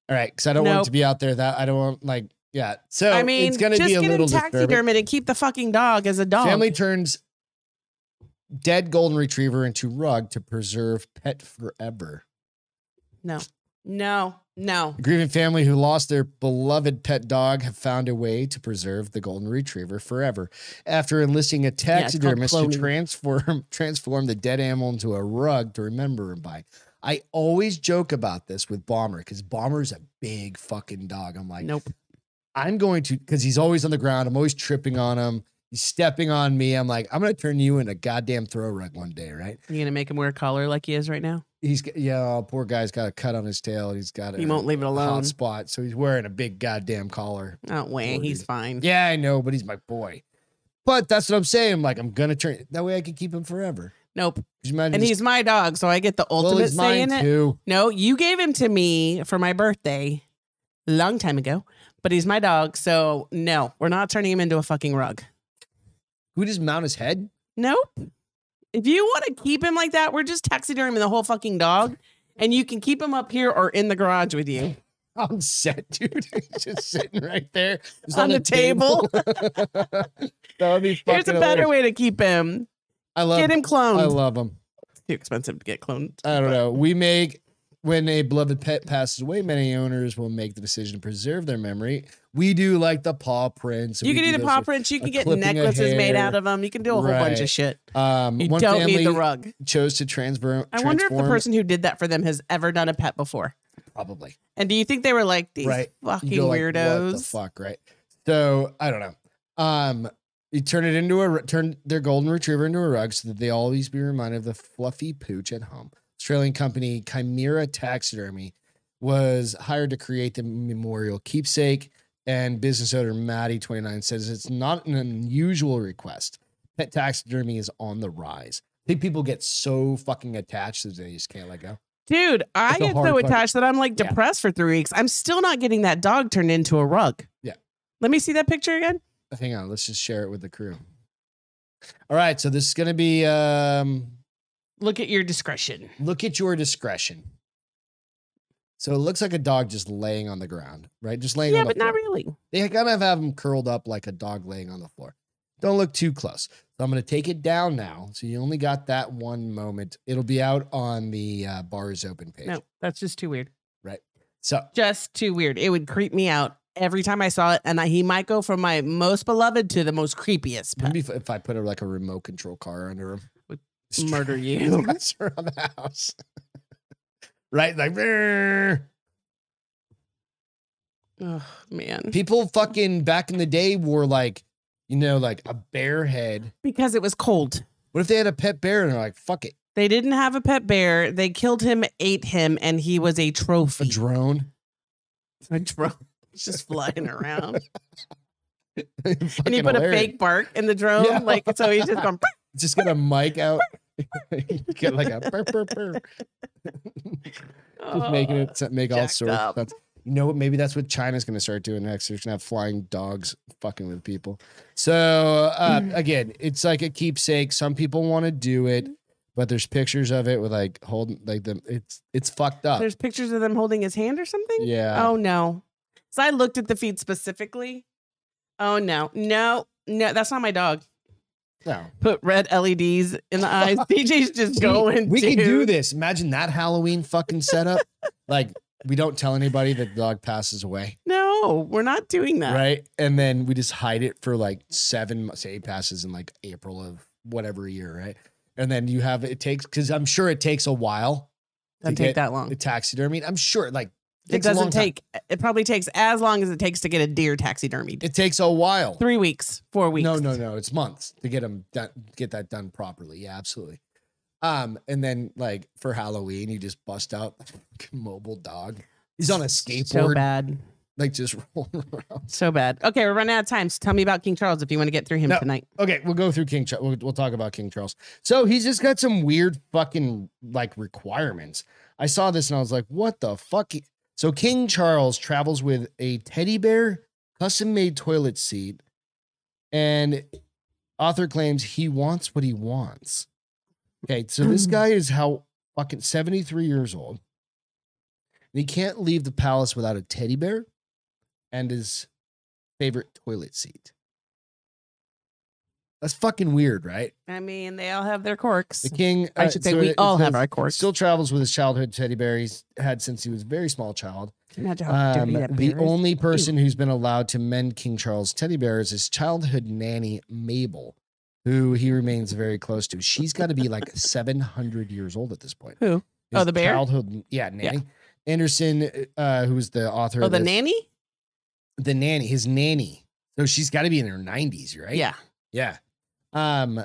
All right, because I don't want it to Nope. be out there. That I don't want like yeah. So I mean, it's gonna just be a get little him disturbing. taxidermied and keep the fucking dog as a dog. Family turns dead golden retriever into rug to preserve pet forever. No, no. The grieving family who lost their beloved pet dog have found a way to preserve the golden retriever forever. After enlisting a it's called taxidermist to cloning. transform transform the dead animal into a rug to remember him by. I always joke about this with Bomber because Bomber's a big fucking dog. I'm like, nope. I'm going to because he's always on the ground. I'm always tripping on him. He's stepping on me. I'm like, I'm gonna turn you into a goddamn throw rug one day, right? You gonna make him wear a collar like he is right now? He's g- yeah, oh, poor guy's got a cut on his tail. and He's got a, He won't leave it a alone. hot spot, so he's wearing a big goddamn collar. Oh wait, Lordy. he's fine. Yeah, I know, but he's my boy. But that's what I'm saying. Like, I'm gonna turn that way. I can keep him forever. Nope. Could you imagine And this- he's my dog, so I get the well, ultimate he's say in mine it. too. No, you gave him to me for my birthday a long time ago, but he's my dog. So, no, we're not turning him into a fucking rug. Who just mount his head? Nope. If you want to keep him like that, we're just taxiderming the whole fucking dog. And you can keep him up here or in the garage with you. I'm set, dude. He's just sitting right there just On the table. that would be fucking. There's a better hilarious. Um, way to keep him. I love. Get him cloned. I love him. Too expensive to get cloned. I don't know. We make when a beloved pet passes away, many owners will make the decision to preserve their memory. We do like the paw prints. and you we can do the those paw with- prints. You a can get clipping of necklaces made out hair. of them. You can do a whole bunch Right. of shit. Um, You one don't family need the rug. chose to transfer. I wonder if the transform- person who did that for them has ever done a pet before. probably And do you think they were like these Right. You fucking go like, what the weirdos? fuck, right? So I don't know. Um, you turn it into a r- turn their golden retriever into a rug so that they always be reminded of the fluffy pooch at home. Australian company Chimera Taxidermy was hired to create the memorial keepsake, and business owner Maddie Twenty Nine says it's not an unusual request. Pet taxidermy is on the rise. I think people get so fucking attached that they just can't let go. Dude, I It's a get hard so fucking- attached that I'm like Yeah. depressed for three weeks. I'm still not getting that dog turned into a rug. Yeah. Let me see that picture again. hang on let's just share it with the crew all right so this is going to be um Look at your discretion. look at your discretion so it looks like a dog just laying on the ground right just laying yeah, on the but floor not really. they kind of have them curled up like a dog laying on the floor don't look too close so i'm going to take it down now so you only got that one moment it'll be out on the uh, bars open page No, that's just too weird. so Just too weird. It would creep me out every time I saw it. And I, he might go from my most beloved to the most creepiest pet. maybe if, if i put a, like a remote control car under him Would Just try- murder you. That's around the house. right? Like, "Brrr." Oh, man. people fucking back in the day wore like, you know, like a bear head. Because it was cold. What if they had a pet bear and they're like, fuck it, They didn't have a pet bear. They killed him, ate him, and he was a a trophy. drone? a drone just flying around. and and you put a fake bark in the drone. Yeah. Like, so he's just going, Just get a mic out. get like a burr, burr, burr. Just making "Oh." it so- make all jacked sorts of up. sense. You know what? Maybe that's what China's going to start doing next. They're going to have flying dogs fucking with people. So uh, Mm. again, it's like a keepsake. Some people want to do it, Mm-hmm. but there's pictures of it with like holding like them. It's it's fucked up. There's pictures of them holding his hand or something. Uh, yeah. Oh, no. So I looked at the feet specifically. Oh, no. No, no, that's not my dog. No. Put red LEDs in the eyes. DJ's just going. we can do dude. this. Imagine that Halloween fucking setup. like we don't tell anybody that the dog passes away, No, we're not doing that. right? And then we just hide it for like seven, mo- say, it passes in like April of whatever year, right? And then you have it takes because I'm sure it takes a while Doesn't to take get that long. the taxidermy. I'm sure, like It takes a long doesn't time. take. It probably takes as long as it takes to get a deer taxidermied. It takes a while. Three weeks, four weeks. No, no, no. It's months to get them done, get that done properly. Yeah, absolutely. Um, and then like for Halloween, you just bust out the fucking mobile dog. He's on a So skateboard, bad. like just rolling around. So bad. Okay, we're running out of time. So tell me about King Charles if you want to get through him No. tonight. Okay, we'll go through King. Char- We'll, we'll talk about King Charles. So he's just got some weird fucking like requirements. I saw this and I was like, what the fuck? So King Charles travels with a teddy bear, custom made toilet seat, And author claims he wants what he wants. Okay, so this guy is how fucking 73 years old. And he can't leave the palace without a teddy bear and his favorite toilet seat. That's fucking weird, right? I mean, they all have their quirks. The king. I uh, should say so we it all have says, our quirks. Still travels with his childhood teddy bear he's had since he was a very small child. Can you imagine how Um, dirty that the beer is? only person who's been allowed to mend King Charles' teddy bear is his childhood nanny, Mabel, who he remains very close to. She's got to be like 700 years old at this point. Who? Oh, His the bear? Childhood, yeah, nanny. Anderson, uh, who was the author Oh, of the this- nanny? the nanny, his nanny. So she's got to be in her 90s, right? Yeah, Yeah. Um,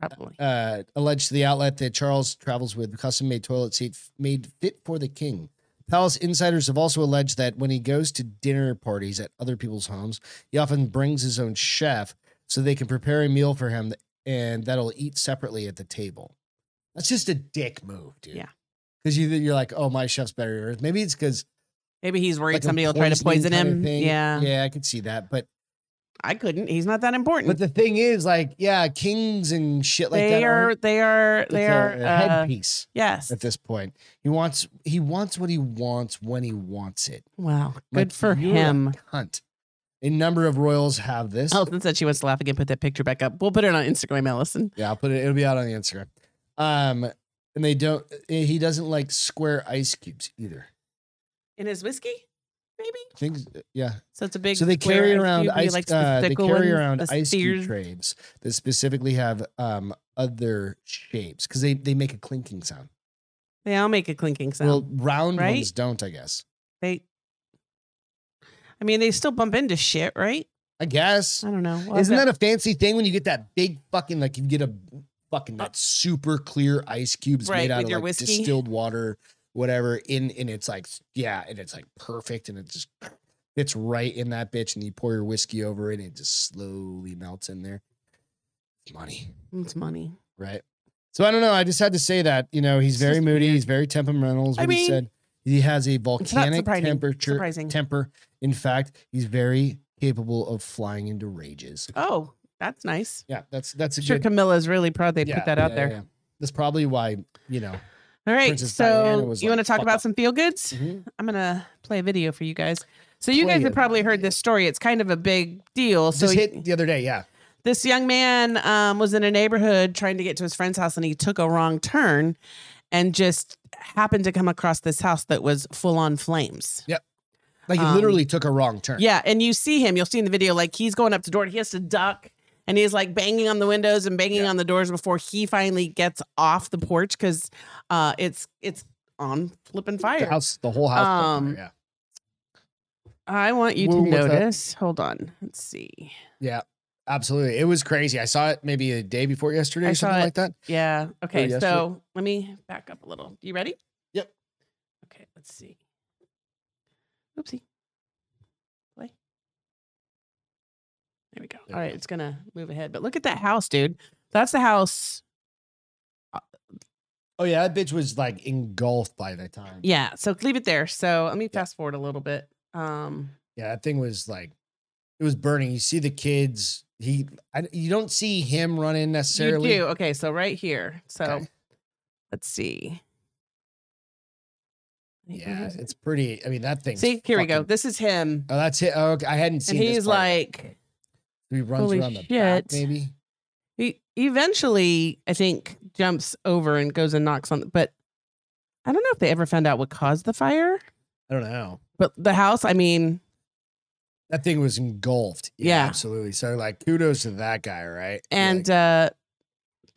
probably. uh, alleged to the outlet that Charles travels with custom made toilet seat f- made fit for the king. Palace insiders have also alleged that when he goes to dinner parties at other people's homes, he often brings his own chef so they can prepare a meal for him and that'll eat separately at the table. That's just a dick move, dude. Yeah. Because you, you're like, oh, my chef's better. than yours." Maybe it's because Maybe he's worried like a somebody will try to poison poisoning kind of him. thing. Yeah. Yeah, I could see that. But I couldn't. He's not that important. but the thing is, like, yeah, kings and shit like that. they, aren't- are, they are. it's They a- are. a uh, headpiece. Yes. at this point. He wants he wants what he wants when he wants it. Wow. I'm Good like, for "You're a him. Oh. cunt. A number of royals have this. Allison said she wants to laugh again. Put that picture back up. We'll put it on Instagram, Allison. Yeah, I'll put it. It'll be out on the Instagram. Um, and they don't. eh, He doesn't like square ice cubes either. In his whiskey, maybe. Things. Yeah. So it's a big. so they square carry ice around cube, you ice. like uh, they spectacle carry ones, around the ice spheres. cube trays that specifically have um other shapes because they they make a clinking sound. They all make a clinking sound. well, round right? ones don't. I guess. they. I mean, they still bump into shit, right? I guess. I don't know. We'll have Isn't to- that a fancy thing when you get that big fucking like you get a fucking that super clear ice cubes Right, made out with of your like whiskey. distilled water, whatever, in and it's like yeah, and it's like perfect and it just fits right in that bitch, and you pour your whiskey over it and it just slowly melts in there. Money, It's money. right? So I don't know. I just had to say that, you know, he's It's very just moody, weird. he's very temperamental, is I what he mean, said. He has a It's not volcanic surprising. temperature Surprising. temper. In fact, he's very capable of flying into rages. oh, that's nice. Yeah, that's that's a I'm sure good. Camilla's really proud they yeah, put that out yeah, there. yeah. That's probably why you know. All right. Princess Diana so was you like, want to talk "Fuck about off." some feel goods? Mhm. I'm gonna play a video for you guys. So you Play guys a have probably heard this story. It's kind of a big deal. So Just he- hit the other day. Yeah, this young man um, was in a neighborhood trying to get to his friend's house, and he took a wrong turn, and just happened to come across this house that was full on flames. like he Um, literally took a wrong turn. Yeah, and you see him. You'll see in the video like he's going up to the door. and He has to duck, and he's like banging on the windows and banging on the doors before he finally gets off the porch because uh, it's it's on flipping the fire. house, the whole house. caught fire, Um, yeah, I want you Whoa, to what's that? notice. Hold on, let's see. yeah, absolutely. It was crazy. I saw it maybe a day before yesterday, I or saw something it. like that. Yeah. Okay. Oh, yes, so let me back up a little. You ready? Yep. Okay. Let's see. Oopsie. Play. There we go. There All we right. go. It's going to move ahead. But look at that house, dude. That's the house. Oh yeah, that bitch was like engulfed by the time. Yeah. So leave it there. So let me fast forward a little bit. Um, yeah, that thing was like it was burning. You see the kids. He, I, you don't see him running necessarily. You do. Okay, so right here. So Okay. let's see. Wait, where Yeah, is it? it's pretty. I mean, that thing. Mm-hmm. See, here we go. This is him. Oh, that's it. Oh, okay, I hadn't And seen. this he's part. like he runs holy around the back, shit. maybe. he eventually I think jumps over and goes and knocks on the but I don't know if they ever found out what caused the fire. I don't know. But the house, I mean, That thing was engulfed. Yeah. absolutely. So like, kudos to that guy, right? and like, uh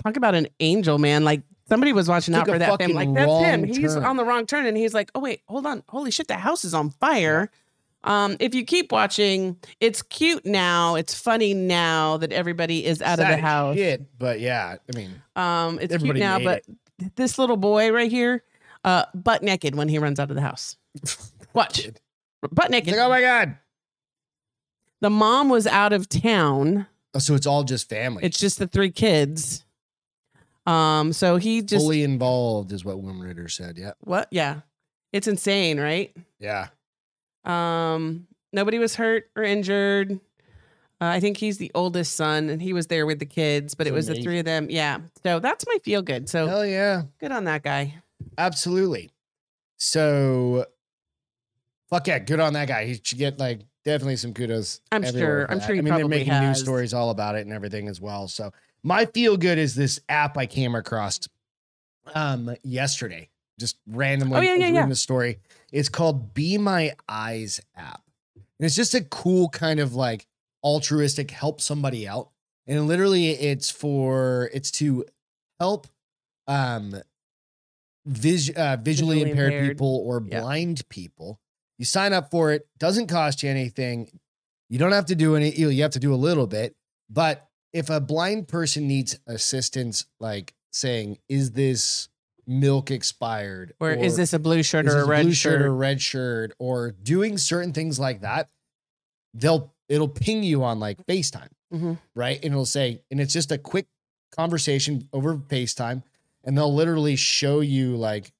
talk about an angel, man. Like somebody was watching out Took for a that family. Like fucking that's him. wrong He's turn. on the wrong turn and he's like, "Oh wait, hold on. Holy shit, the house is on fire." Um if you keep watching, it's cute now. It's funny now that everybody is uh, out of sad the house. shit, but yeah, I mean, Um it's Everybody cute now, made but this little boy right here, uh butt naked when he runs out of the house. Watch. Kid. Butt it's naked. like, oh my god. The mom was out of town. Oh, so it's all just family. It's just the three kids. Um, so he just fully involved, is what Wim Ritter said. Yeah, what? Yeah, it's insane, right? yeah. Um, nobody was hurt or injured. Uh, I think he's the oldest son, and he was there with the kids, but It's it was the amazing. three of them. Yeah. So that's my feel good. So Hell yeah. good on that guy. Absolutely. So, fuck yeah, good on that guy. He should get like definitely some kudos. I'm everywhere sure- for I'm that. sure he I mean, they're probably making news has. stories all about it and everything as well. So, my feel good is this app I came across um yesterday, just randomly Oh, yeah, I was yeah, reading yeah. the story. It's called Be My Eyes app, and it's just a cool kind of like altruistic help somebody out. And literally, it's for it's to help um vis- uh, visually, Visually impaired, impaired. people or Yeah. blind people. You sign up for it, doesn't cost you anything. You don't have to do any, you have to do a little bit. But if a blind person needs assistance, like saying, is this milk expired? Or, is this a blue shirt is or a this red blue shirt? or red shirt or doing certain things like that, they'll, it'll ping you on like FaceTime Mhm. right? And it'll say, and it's just a quick conversation over FaceTime, and they'll literally show you like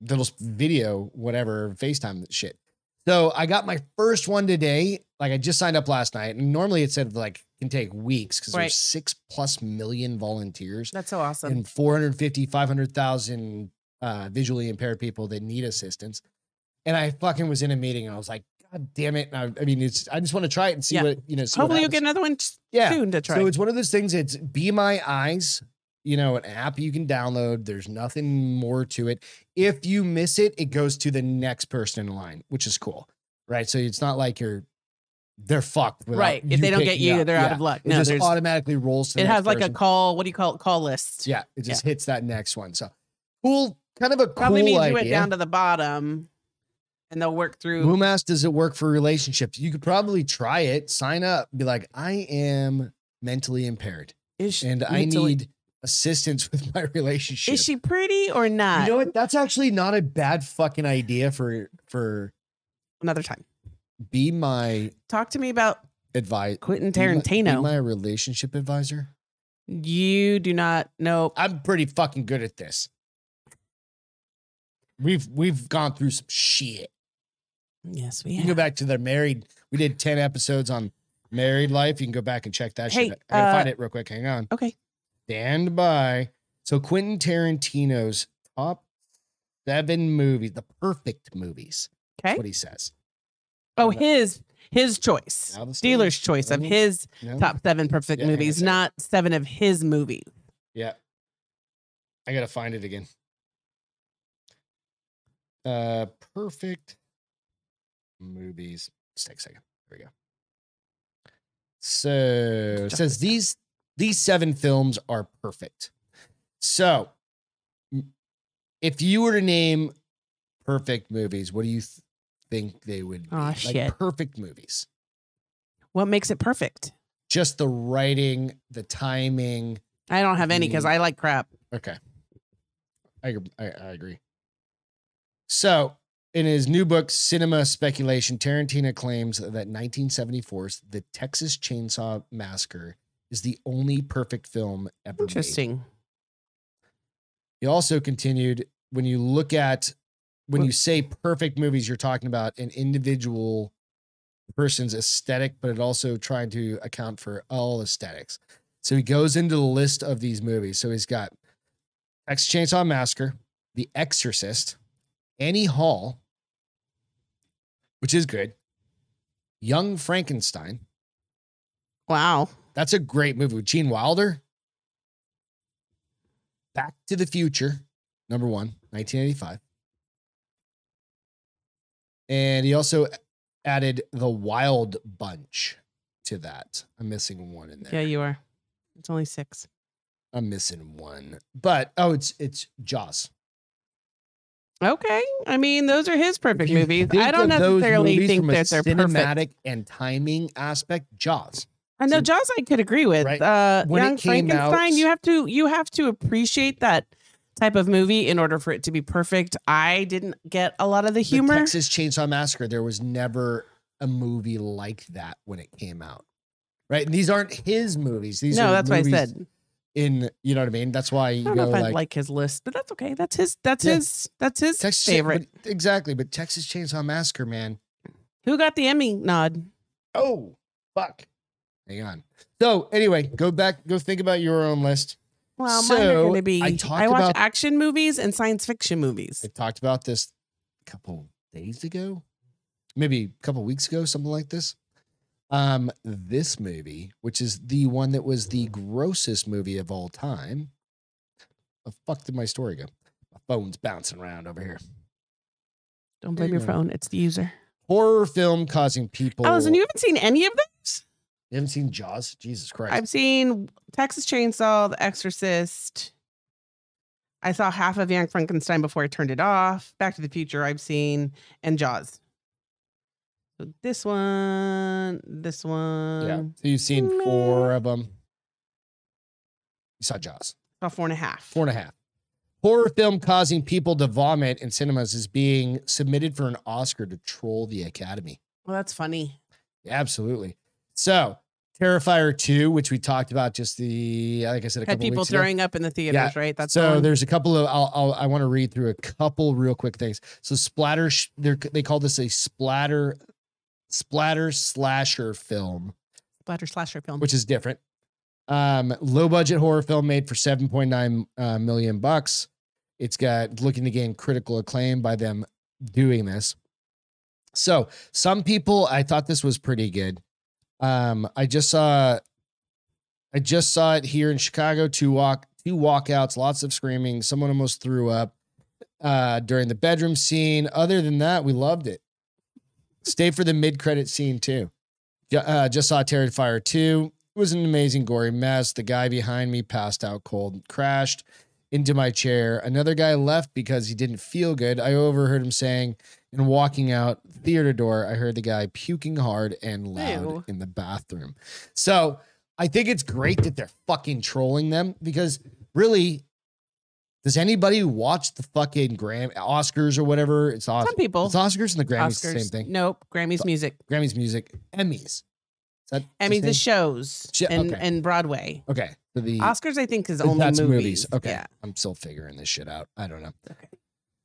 the little video, whatever FaceTime shit. So I got my first one today. Like I just signed up last night, and normally it said like can take weeks because Right. there's six plus million volunteers That's so awesome. and 450, 500,000 uh, visually impaired people that need assistance. And I fucking was in a meeting, and I was like, God damn it! And I, I mean, it's I just want to try it and see Yeah. what you know. See what Hopefully, you'll happens. get another one s- yeah. soon to try. So it's one of those things. It's Be My Eyes, you know, an app you can download. There's nothing more to it. If you miss it, it goes to the next person in line, which is cool, right? So it's not like you're they're fucked, without right. If you they don't get picking you, up. they're out Yeah. of luck. It No, just there's, automatically rolls. To the it next has like a person. call. What do you call it? Call list. yeah. It just hits that next one. So cool, kind of a Probably cool means idea. you went down to the bottom, and they'll work through. Boom asked, does it work for relationships? You could probably try it, sign up, be like, I am mentally impaired. Is she, and I mentally- need assistance with my relationship. Is she pretty or you not? know what? That's actually not a bad fucking idea for for another time. be my Talk to me about advice. Quentin Tarantino. Be my relationship advisor. you do not know. I'm pretty fucking good at this. We've we've gone through some shit. Yes, we You have. can go back to their married. We did ten episodes on married life. You can go back and check that Hey, shit. I gotta uh, find it real quick. Hang on. Okay. Stand by. So Quentin Tarantino's top seven movies, the perfect movies. Okay. What he says. Oh, his his choice, Now the story. dealer's choice of Mhm. his No? top seven perfect Yeah, hang on a movies, sec. not seven of his movies. Yeah. I gotta find it again. Uh perfect movies. Just take a second. There we go. So it Just says these these seven films are perfect. So m- if you were to name perfect movies, what do you th- think they would be? Aw, shit. perfect movies. What makes it perfect? Just the writing, the timing. I don't have any because Mm. I like crap. Okay. I, ag- I, I agree. So, in his new book, Cinema Speculation, Tarantino claims that 1974's The Texas Chainsaw Massacre is the only perfect film ever made. Interesting. He also continued when you look at, when What- you say perfect movies, you're talking about an individual person's aesthetic, but it also trying to account for all aesthetics. So he goes into the list of these movies. So he's got Texas Chainsaw Massacre, The Exorcist, Annie Hall, which is good, Young Frankenstein. Wow. That's a great movie with Gene Wilder. Back to the Future, number one, 1985. And he also added The Wild Bunch to that. I'm missing one in there. Yeah, you are. It's only six. I'm missing one. But oh, it's it's Jaws. Okay. I mean, those are his perfect If you movies. think I don't of those necessarily movies think from a that they're cinematic perfect. and timing aspect. Jaws. I know so- Jaws. I could agree with. Right. Uh, When it Young came out- Frankenstein. you have to you have to appreciate that type of movie in order for it to be perfect. I didn't get a lot of the humor. The Texas Chainsaw Massacre. There was never a movie like that when it came out. Right. And these aren't his movies. These no, are that's what I movies said. In you know what I mean? That's why I you don't go know if I like, like his list, but that's okay. That's his. That's Yeah. his. That's his Texas Chain- favorite. but- exactly, but Texas Chainsaw Massacre, man. Who got the Emmy nod? Oh fuck. Hang on. So anyway, go back, go think about your own list. Well, mine are So, going to be. I I, talked watch about- action movies and science fiction movies. I talked about this a couple days ago, maybe a couple weeks ago, something like this. Um, this movie, which is the one that was the grossest movie of all time. The fuck did my story go? My phone's bouncing around over here. Don't blame your Yeah. phone; it's the user. Horror film causing people. Allison, you haven't seen any of those. You haven't seen Jaws? Jesus Christ. I've seen Texas Chainsaw, The Exorcist. I saw half of Young Frankenstein before I turned it off. Back to the Future, I've seen, and Jaws. So this one, this one. yeah. So you've seen four of them. You saw Jaws. About four and a half. four and a half. Horror film causing people to vomit in cinemas is being submitted for an Oscar to troll the Academy. Well, that's funny. Absolutely. So, Terrifier 2, which we talked about just the, like I said, a Had couple people weeks ago. throwing up in the theaters, right? That's so the one. there's a couple of I'll, I'll, I want to read through a couple real quick things. So splatter sh- they're, they call this a splatter splatter slasher film splatter slasher film. which is different. Um, low budget horror film made for 7.9 uh, million bucks. It's got looking to gain critical acclaim by them doing this. So some people, I thought this was pretty good. Um, I just saw, I just saw it here in Chicago. Two walk, two walkouts, lots of screaming. Someone almost threw up uh, during the bedroom scene. Other than that, we loved it. Stay for the mid credit scene too. Ju- uh, just saw Terrifier 2. It was an amazing gory mess. The guy behind me passed out cold, and crashed into my chair. Another guy left because he didn't feel good. I overheard him saying, and walking out theater door, I heard the guy puking hard and loud Ew. in the bathroom. So I think it's great that they're fucking trolling them because really, does anybody watch the fucking Gram Oscars or whatever? It's Os- Some people. It's Oscars and the Grammys, Oscars. the same thing. Nope. Grammys music. Grammys music, Emmys. Is that the Emmys same? is shows Sh- and, okay. and Broadway. okay. So the Oscars, I think, is only that's movies. Okay, Yeah. I'm still figuring this shit out. I don't know.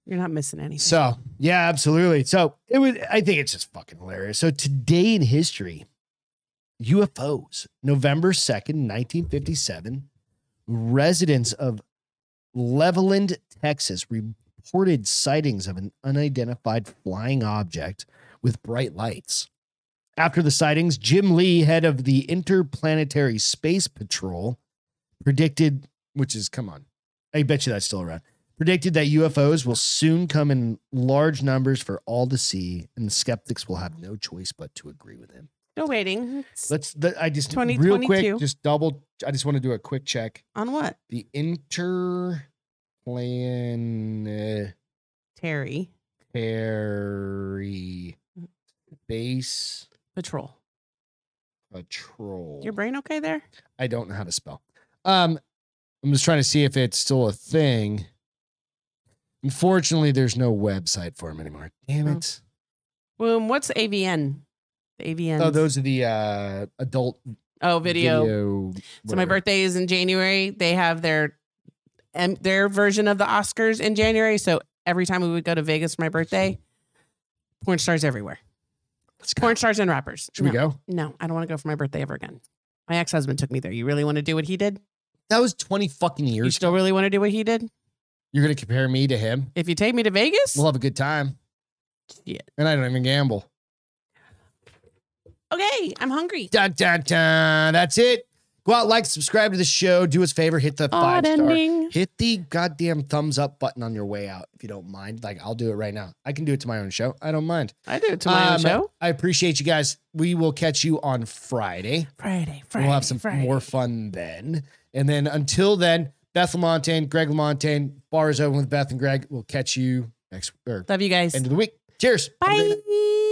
You're not missing anything. So yeah, absolutely. So it was. I think it's just fucking hilarious. So today in history, UFOs, November second, nineteen fifty-seven, residents of Leveland, Texas, reported sightings of an unidentified flying object with bright lights. After the sightings, Jim Lee, head of the Interplanetary Space Patrol, predicted, which is come on, I bet you that's still around predicted that UFOs will soon come in large numbers for all to see, and skeptics will have no choice but to agree with him. no waiting. It's Let's. th- I just real quick, 2022. just double. I just want to do a quick check. on what? The interplanetary Terry space Patrol. patrol. Your brain okay there? I don't know how to spell. Um, I'm just trying to see if it's still a thing. Unfortunately, there's no website for them anymore. Damn Oh. it. Well, um, what's AVN? The AVN. Oh, those are the uh, adult Oh, video. So my whatever. birthday is in January. They have their and their version of the Oscars in January. So every time we would go to Vegas for my birthday, porn stars everywhere. Let's go. Porn stars and rappers. Should no, we go? No, I don't want to go for my birthday ever again. My ex husband took me there. You really want to do what he did? That was 20 fucking years. You still really want to do what he did? You're going to compare me to him? If you take me to Vegas, We'll have a good time. Shit. And I don't even gamble. okay, I'm hungry. Dun, dun, dun. That's it. Go out, like, subscribe to the show. Do us a favor, hit the five Odd star. ending. Hit the goddamn thumbs up button on your way out if you don't mind. Like, I'll do it right now. I can do it to my own show. I don't mind. I do it to my Um, own show. I appreciate you guys. We will catch you on Friday. Friday, Friday. we'll have some Friday. more fun then. And then until then, Beth Lamontagne, Greg Lamontagne, bar is open with Beth and Greg. We'll catch you next or Love you guys. end of the week. Cheers. Have a great night. Bye.